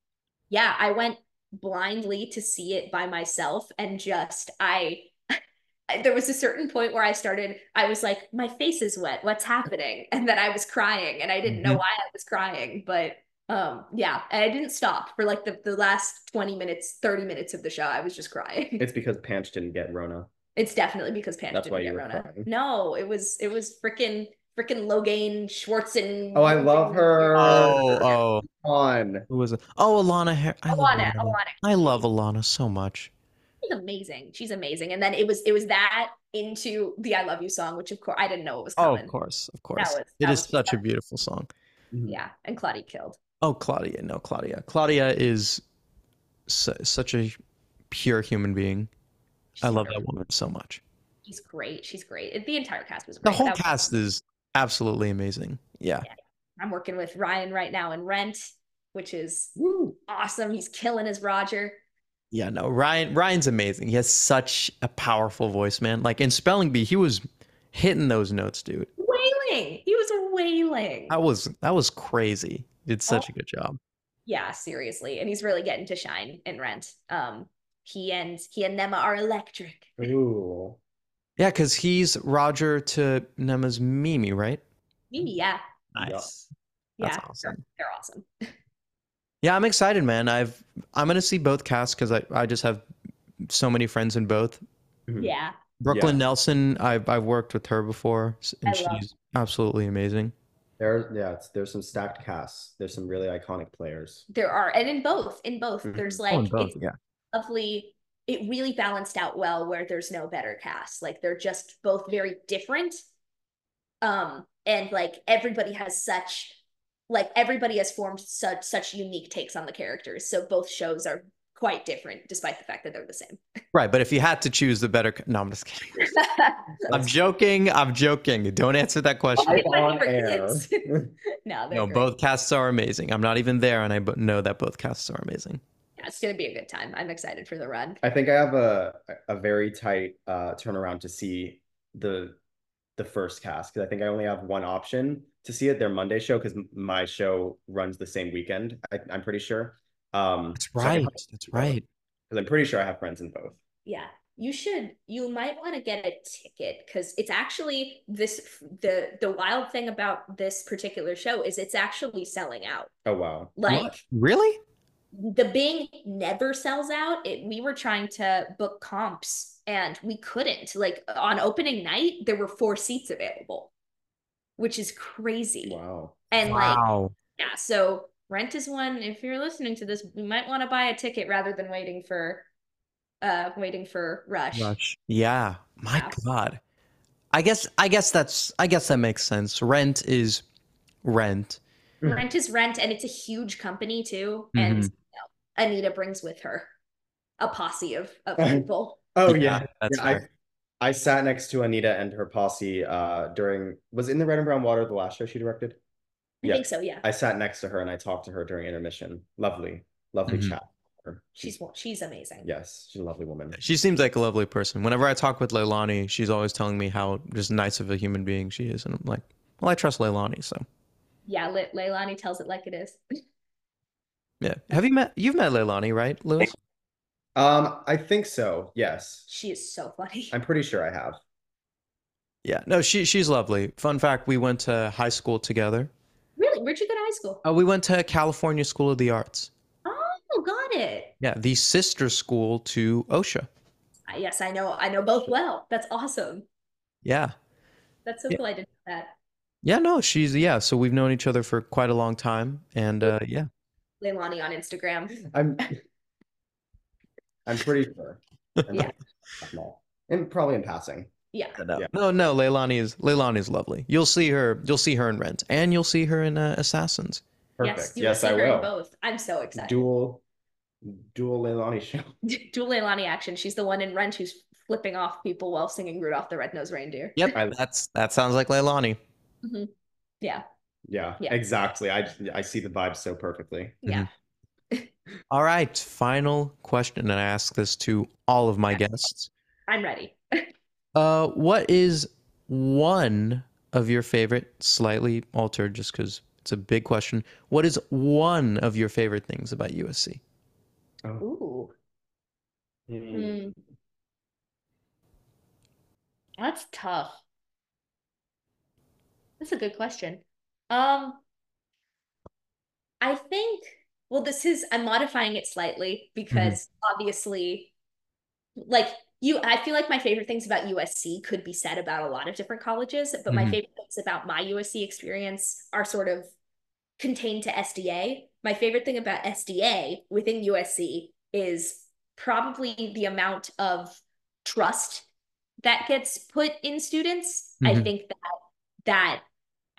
C: Yeah, I went blindly to see it by myself and just I [LAUGHS] there was a certain point where I started, I was like, my face is wet. What's happening? And then I was crying and I didn't know
B: Mm-hmm.
A: Mhm.
C: why I was crying, but um yeah, and I didn't stop for like the, the last 20 minutes, 30 minutes of the show. I was just crying.
B: it's because Panch didn't get Rona.
C: [LAUGHS] It's definitely because Panic
B: That's
C: didn't
B: why
C: get
B: you were
C: Rona.
B: crying.
C: No, it was it was freaking freaking Logan Schwartzen.
B: Oh, I love her.
A: Oh oh,
B: On
A: who was it? Oh Alana. Har- I love
C: Alana,
A: Alana.
C: Alana.
A: I love Alana so much.
C: She's amazing. She's amazing. And then it was it was that into the I Love You song, which of course I didn't know it was
A: Oh,
C: coming.
A: of course, of course.
C: was-
A: it
C: that
A: is
C: was-
A: such a beautiful song.
C: Yeah. And Claudia killed.
A: Oh, Claudia. No, Claudia. Claudia is su- such a pure human being. I
C: She's
A: love
C: great.
A: that woman so much.
C: She's great. She's great. It- The entire cast was
A: The
C: great.
A: whole
C: That was-
A: cast is absolutely amazing. Yeah.
C: I'm working with Ryan right now in Rent, which is
B: Woo.
C: awesome. He's killing his Roger.
A: Yeah, no. Ryan Ryan's amazing. He has such a powerful voice, man. Like in Spelling Bee, he was hitting those notes, dude.
C: Wailing. He was wailing.
A: That was that was crazy.
C: Oh.
A: Did such a good job.
C: Yeah, seriously. And he's really getting to shine in Rent. Um, he and he and Nema are electric.
B: Ooh.
A: Yeah, cuz he's Roger to Nema's Mimi, right?
C: Mimi, yeah.
A: Nice.
C: Yeah.
A: That's
C: They're-
A: awesome.
C: They're awesome.
A: Yeah, I'm excited, man. I've I'm gonna see both casts because I, I just have so many friends in both. Hmm. Mm-hmm.
B: Mhm.
C: Yeah.
A: Brooklyn Nelson, I've I've worked with her before, s- and
C: I love-
A: she's absolutely amazing.
B: There, yeah, it's, there's some stacked casts. There's some really iconic players.
C: There are, and in both, in both,
B: Mhm.
C: there's
A: Oh,
C: like
A: and both,
C: it's
A: yeah.
C: lovely. It really balanced out well where there's no better cast. Like they're just both very different. Um, and like everybody has such like everybody has formed such such unique takes on the characters. So both shows are quite different despite the fact that they're the same.
A: Right, but if you had to choose the better, c- no, I'm just kidding. I'm joking. I'm joking. Don't answer that question.
C: Okay.
B: Live
C: [LAUGHS] my
B: on air.
C: favorite [LAUGHS] no, they're
A: No,
C: great.
A: both casts are amazing. I'm not even there, and I bo- know that both casts are amazing.
C: Yeah, it's gonna be a good time. I'm excited for the run.
B: I think I have a a very tight uh, turnaround to see the the first cast because I think I only have one option to see it. Their Monday show because my show runs the same weekend. I, I'm pretty sure. Um,
A: That's right. That's right.
B: Because I'm pretty sure I have friends in both.
C: Yeah, you should. You might want to get a ticket because it's actually this the the wild thing about this particular show is it's actually selling out.
B: Oh wow.
C: Like
A: Really?
C: the Bing never sells out. It, we were trying to book comps and we couldn't. Like on opening night, there were four seats available, which is crazy.
B: Wow.
C: And like
A: Wow.
C: yeah, so rent is one. If you're listening to this, you might want to buy a ticket rather than waiting for uh waiting for Rush.
A: Gosh. Yeah. My
C: Yeah.
A: God. I guess. I guess that's. I guess that makes sense. Rent is rent.
B: Mhm.
C: Rent is rent, and it's a huge company too. And
B: Mm-hmm.
C: you know, Anita brings with her a posse of, of people.
B: Oh yeah.
A: That's
B: Yeah,
A: fair.
B: I, I sat next to Anita and her posse uh, during was in the Red and Brown Water the last show she directed.
C: I
B: Yeah.
C: think so. Yeah,
B: I sat next to her and I talked to her during intermission. Lovely, lovely
A: Mhm.
B: chat. Her.
C: she's she's amazing.
B: yes, she's a lovely woman.
A: She seems like a lovely person. Whenever I talk with Leilani, she's always telling me how just nice of a human being she is, and I'm like, well, I trust Leilani, so
C: Yeah, Le- Leilani tells it like it is.
A: yeah. Have you met? You've met Leilani, right, Lewis?
B: Um, I think so. Yes,
C: She is so funny.
B: I'm pretty sure I have.
A: Yeah. No, she she's lovely. Fun fact: we went to high school together.
C: [LAUGHS] really, where'd you go to high school?
A: Uh, we went to California School of the Arts.
C: Oh, got it.
A: Yeah, the sister school to OSHA.
C: Uh, Yes, I know. I know both well. That's awesome.
A: Yeah.
C: That's so
A: Yeah.
C: cool. I didn't know that.
A: Yeah. No, she's yeah. So we've known each other for quite a long time, and uh, yeah.
C: Leilani on Instagram.
B: I'm. I'm pretty sure. I'm
C: Yeah.
B: not- I'm not. And probably in passing.
C: Yeah.
A: No,
B: Yeah.
A: no, no. Leilani is Leilani is lovely. You'll see her. You'll see her in Rent, and you'll see her in uh, Assassins.
B: Perfect.
C: Yes, you
B: Yes,
C: see
B: I
C: her in
B: will.
C: Both. I'm so excited.
B: Dual, dual Leilani show.
C: [LAUGHS]
B: [LAUGHS]
C: Dual Leilani action. She's the one in Rent who's flipping off people while singing Rudolph the Red-Nosed Reindeer.
A: Yep,
B: I-
A: that's that sounds like Leilani.
C: Yeah.
B: Yeah,
C: Yeah.
B: exactly. I I see the vibe so perfectly.
C: Yeah.
A: All right, final question, and I ask this to all of my guests.
C: I'm ready.
A: Uh, what is one of your favorite, slightly altered, just because it's a big question? What is one of your favorite things about USC?
B: Oh.
C: Ooh.
B: Mm.
C: Hmm. That's tough. That's a good question. Um, I think, well, this is, I'm modifying it slightly because obviously, like, you, I feel like my favorite things about USC could be said about a lot of different colleges, but my
A: Mhm.
C: favorite things about my USC experience are sort of contained to SDA. My favorite thing about SDA within USC is probably the amount of trust that gets put in students. I
A: Mhm.
C: think that that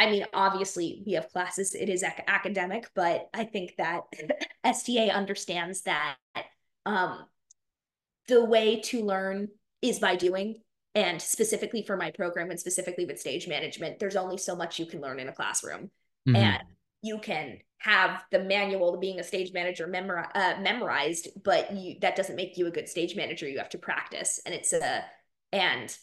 C: I mean, obviously we have classes, it is ac- academic, but I think that [LAUGHS] SDA understands that um, the way to learn is by doing. And specifically for my program and specifically with stage management, there's only so much you can learn in a classroom
A: Mm-hmm.
C: and you can have the manual to being a stage manager memori- uh, memorized but you that doesn't make you a good stage manager you have to practice and it's a and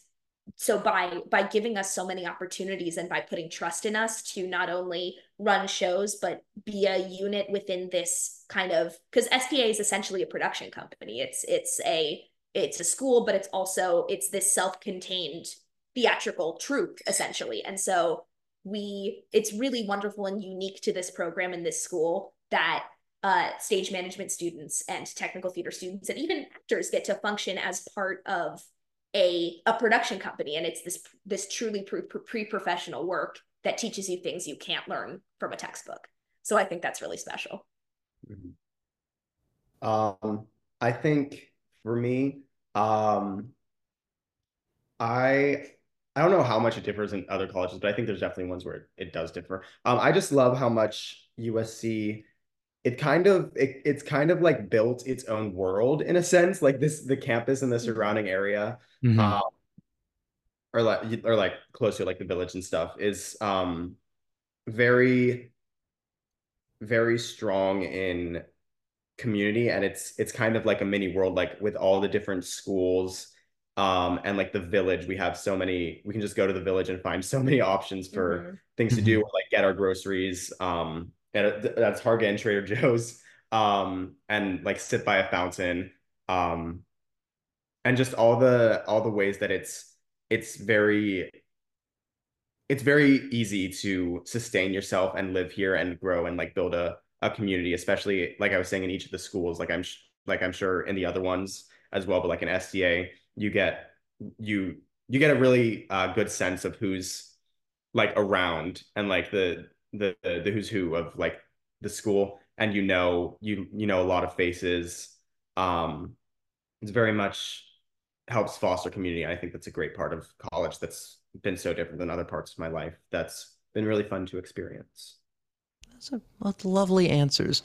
C: so by by giving us so many opportunities and by putting trust in us to not only run shows but be a unit within this kind of because SPA is essentially a production company it's it's a it's a school but it's also it's this self-contained theatrical troupe essentially and so we it's really wonderful and unique to this program and this school that uh, stage management students and technical theater students and even actors get to function as part of a a production company and it's this this truly pre- pre- pre-professional work that teaches you things you can't learn from a textbook so i think that's really special
B: Um, I think for me, um, I I don't know how much it differs in other colleges, but I think there's definitely ones where it, it does differ. Um, I just love how much USC it kind of it, it's kind of like built its own world in a sense, like this the campus and the surrounding area.
A: Mhm.
B: Um, or like or like close to like the village and stuff is um very very strong in community and it's it's kind of like a mini world like with all the different schools um and like the village we have so many we can just go to the village and find so many [LAUGHS] options for
C: Mhm.
B: things to do like get our groceries um at, at Target and Trader [LAUGHS] Joe's um and like sit by a fountain um and just all the all the ways that it's it's very it's very easy to sustain yourself and live here and grow and like build a a community especially like I was saying in each of the schools like I'm sh- like I'm sure in the other ones as well but like in SDA you get you you get a really uh, good sense of who's like around and like the the the who's who of like the school and you know you you know a lot of faces um it's very much helps foster community and i think that's a great part of college that's been so different than other parts of my life that's been really fun to experience
A: That's, a, that's lovely answers.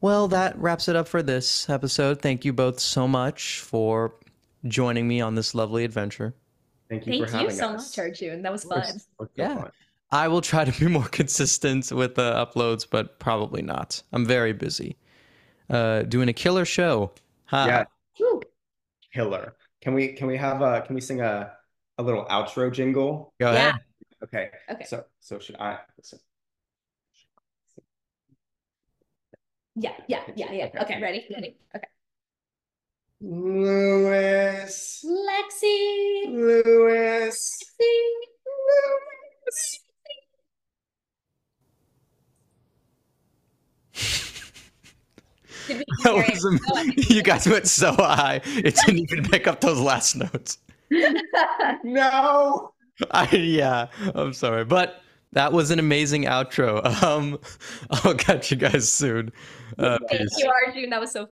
A: Well, that wraps it up for this episode. Thank you both so much for joining me on this lovely adventure.
B: thank you
C: Mm-hmm. thank
B: for
C: you
B: having
C: so
B: us
C: much arjun that was
B: Of course.
C: fun
B: It was so
A: Yeah.
B: fun.
A: I will try to be more [LAUGHS] consistent with the uploads, but probably not. I'm very busy. Uh, doing a killer show. Ha.
B: yeah
C: Whew.
B: killer can we can we have a can we sing a a little outro jingle
A: Go
C: Yeah.
A: ahead.
B: okay
C: Okay.
B: so so should i so,
C: yeah yeah yeah yeah
B: Okay.
C: okay ready ready okay
B: lewis
C: lexi
B: lewis
C: lexi Did we
A: [LAUGHS] That
C: hear it? [LAUGHS]
A: was am-
C: No, Oh, I think
A: [LAUGHS]
C: we
A: you guys went so high, it didn't even pick up those last notes. [LAUGHS]
C: did.
B: no
A: I, yeah, I'm sorry, but that was an amazing outro. [LAUGHS] Um, I'll catch you guys soon. Uh,
C: Thank
A: peace.
C: you, Arjun. That was so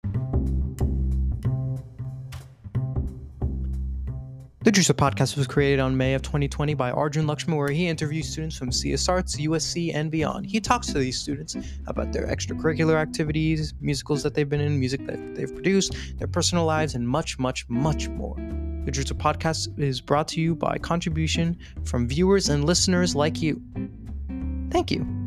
A: The Drusa podcast was created on May of 2020 by Arjun Lakshman, where he interviews students from CS Arts, USC, and beyond. He talks to these students about their extracurricular activities, musicals that they've been in, music that they've produced, their personal lives, and much, much, much more. The Drusa podcast is brought to you by contribution from viewers and listeners like you. Thank you.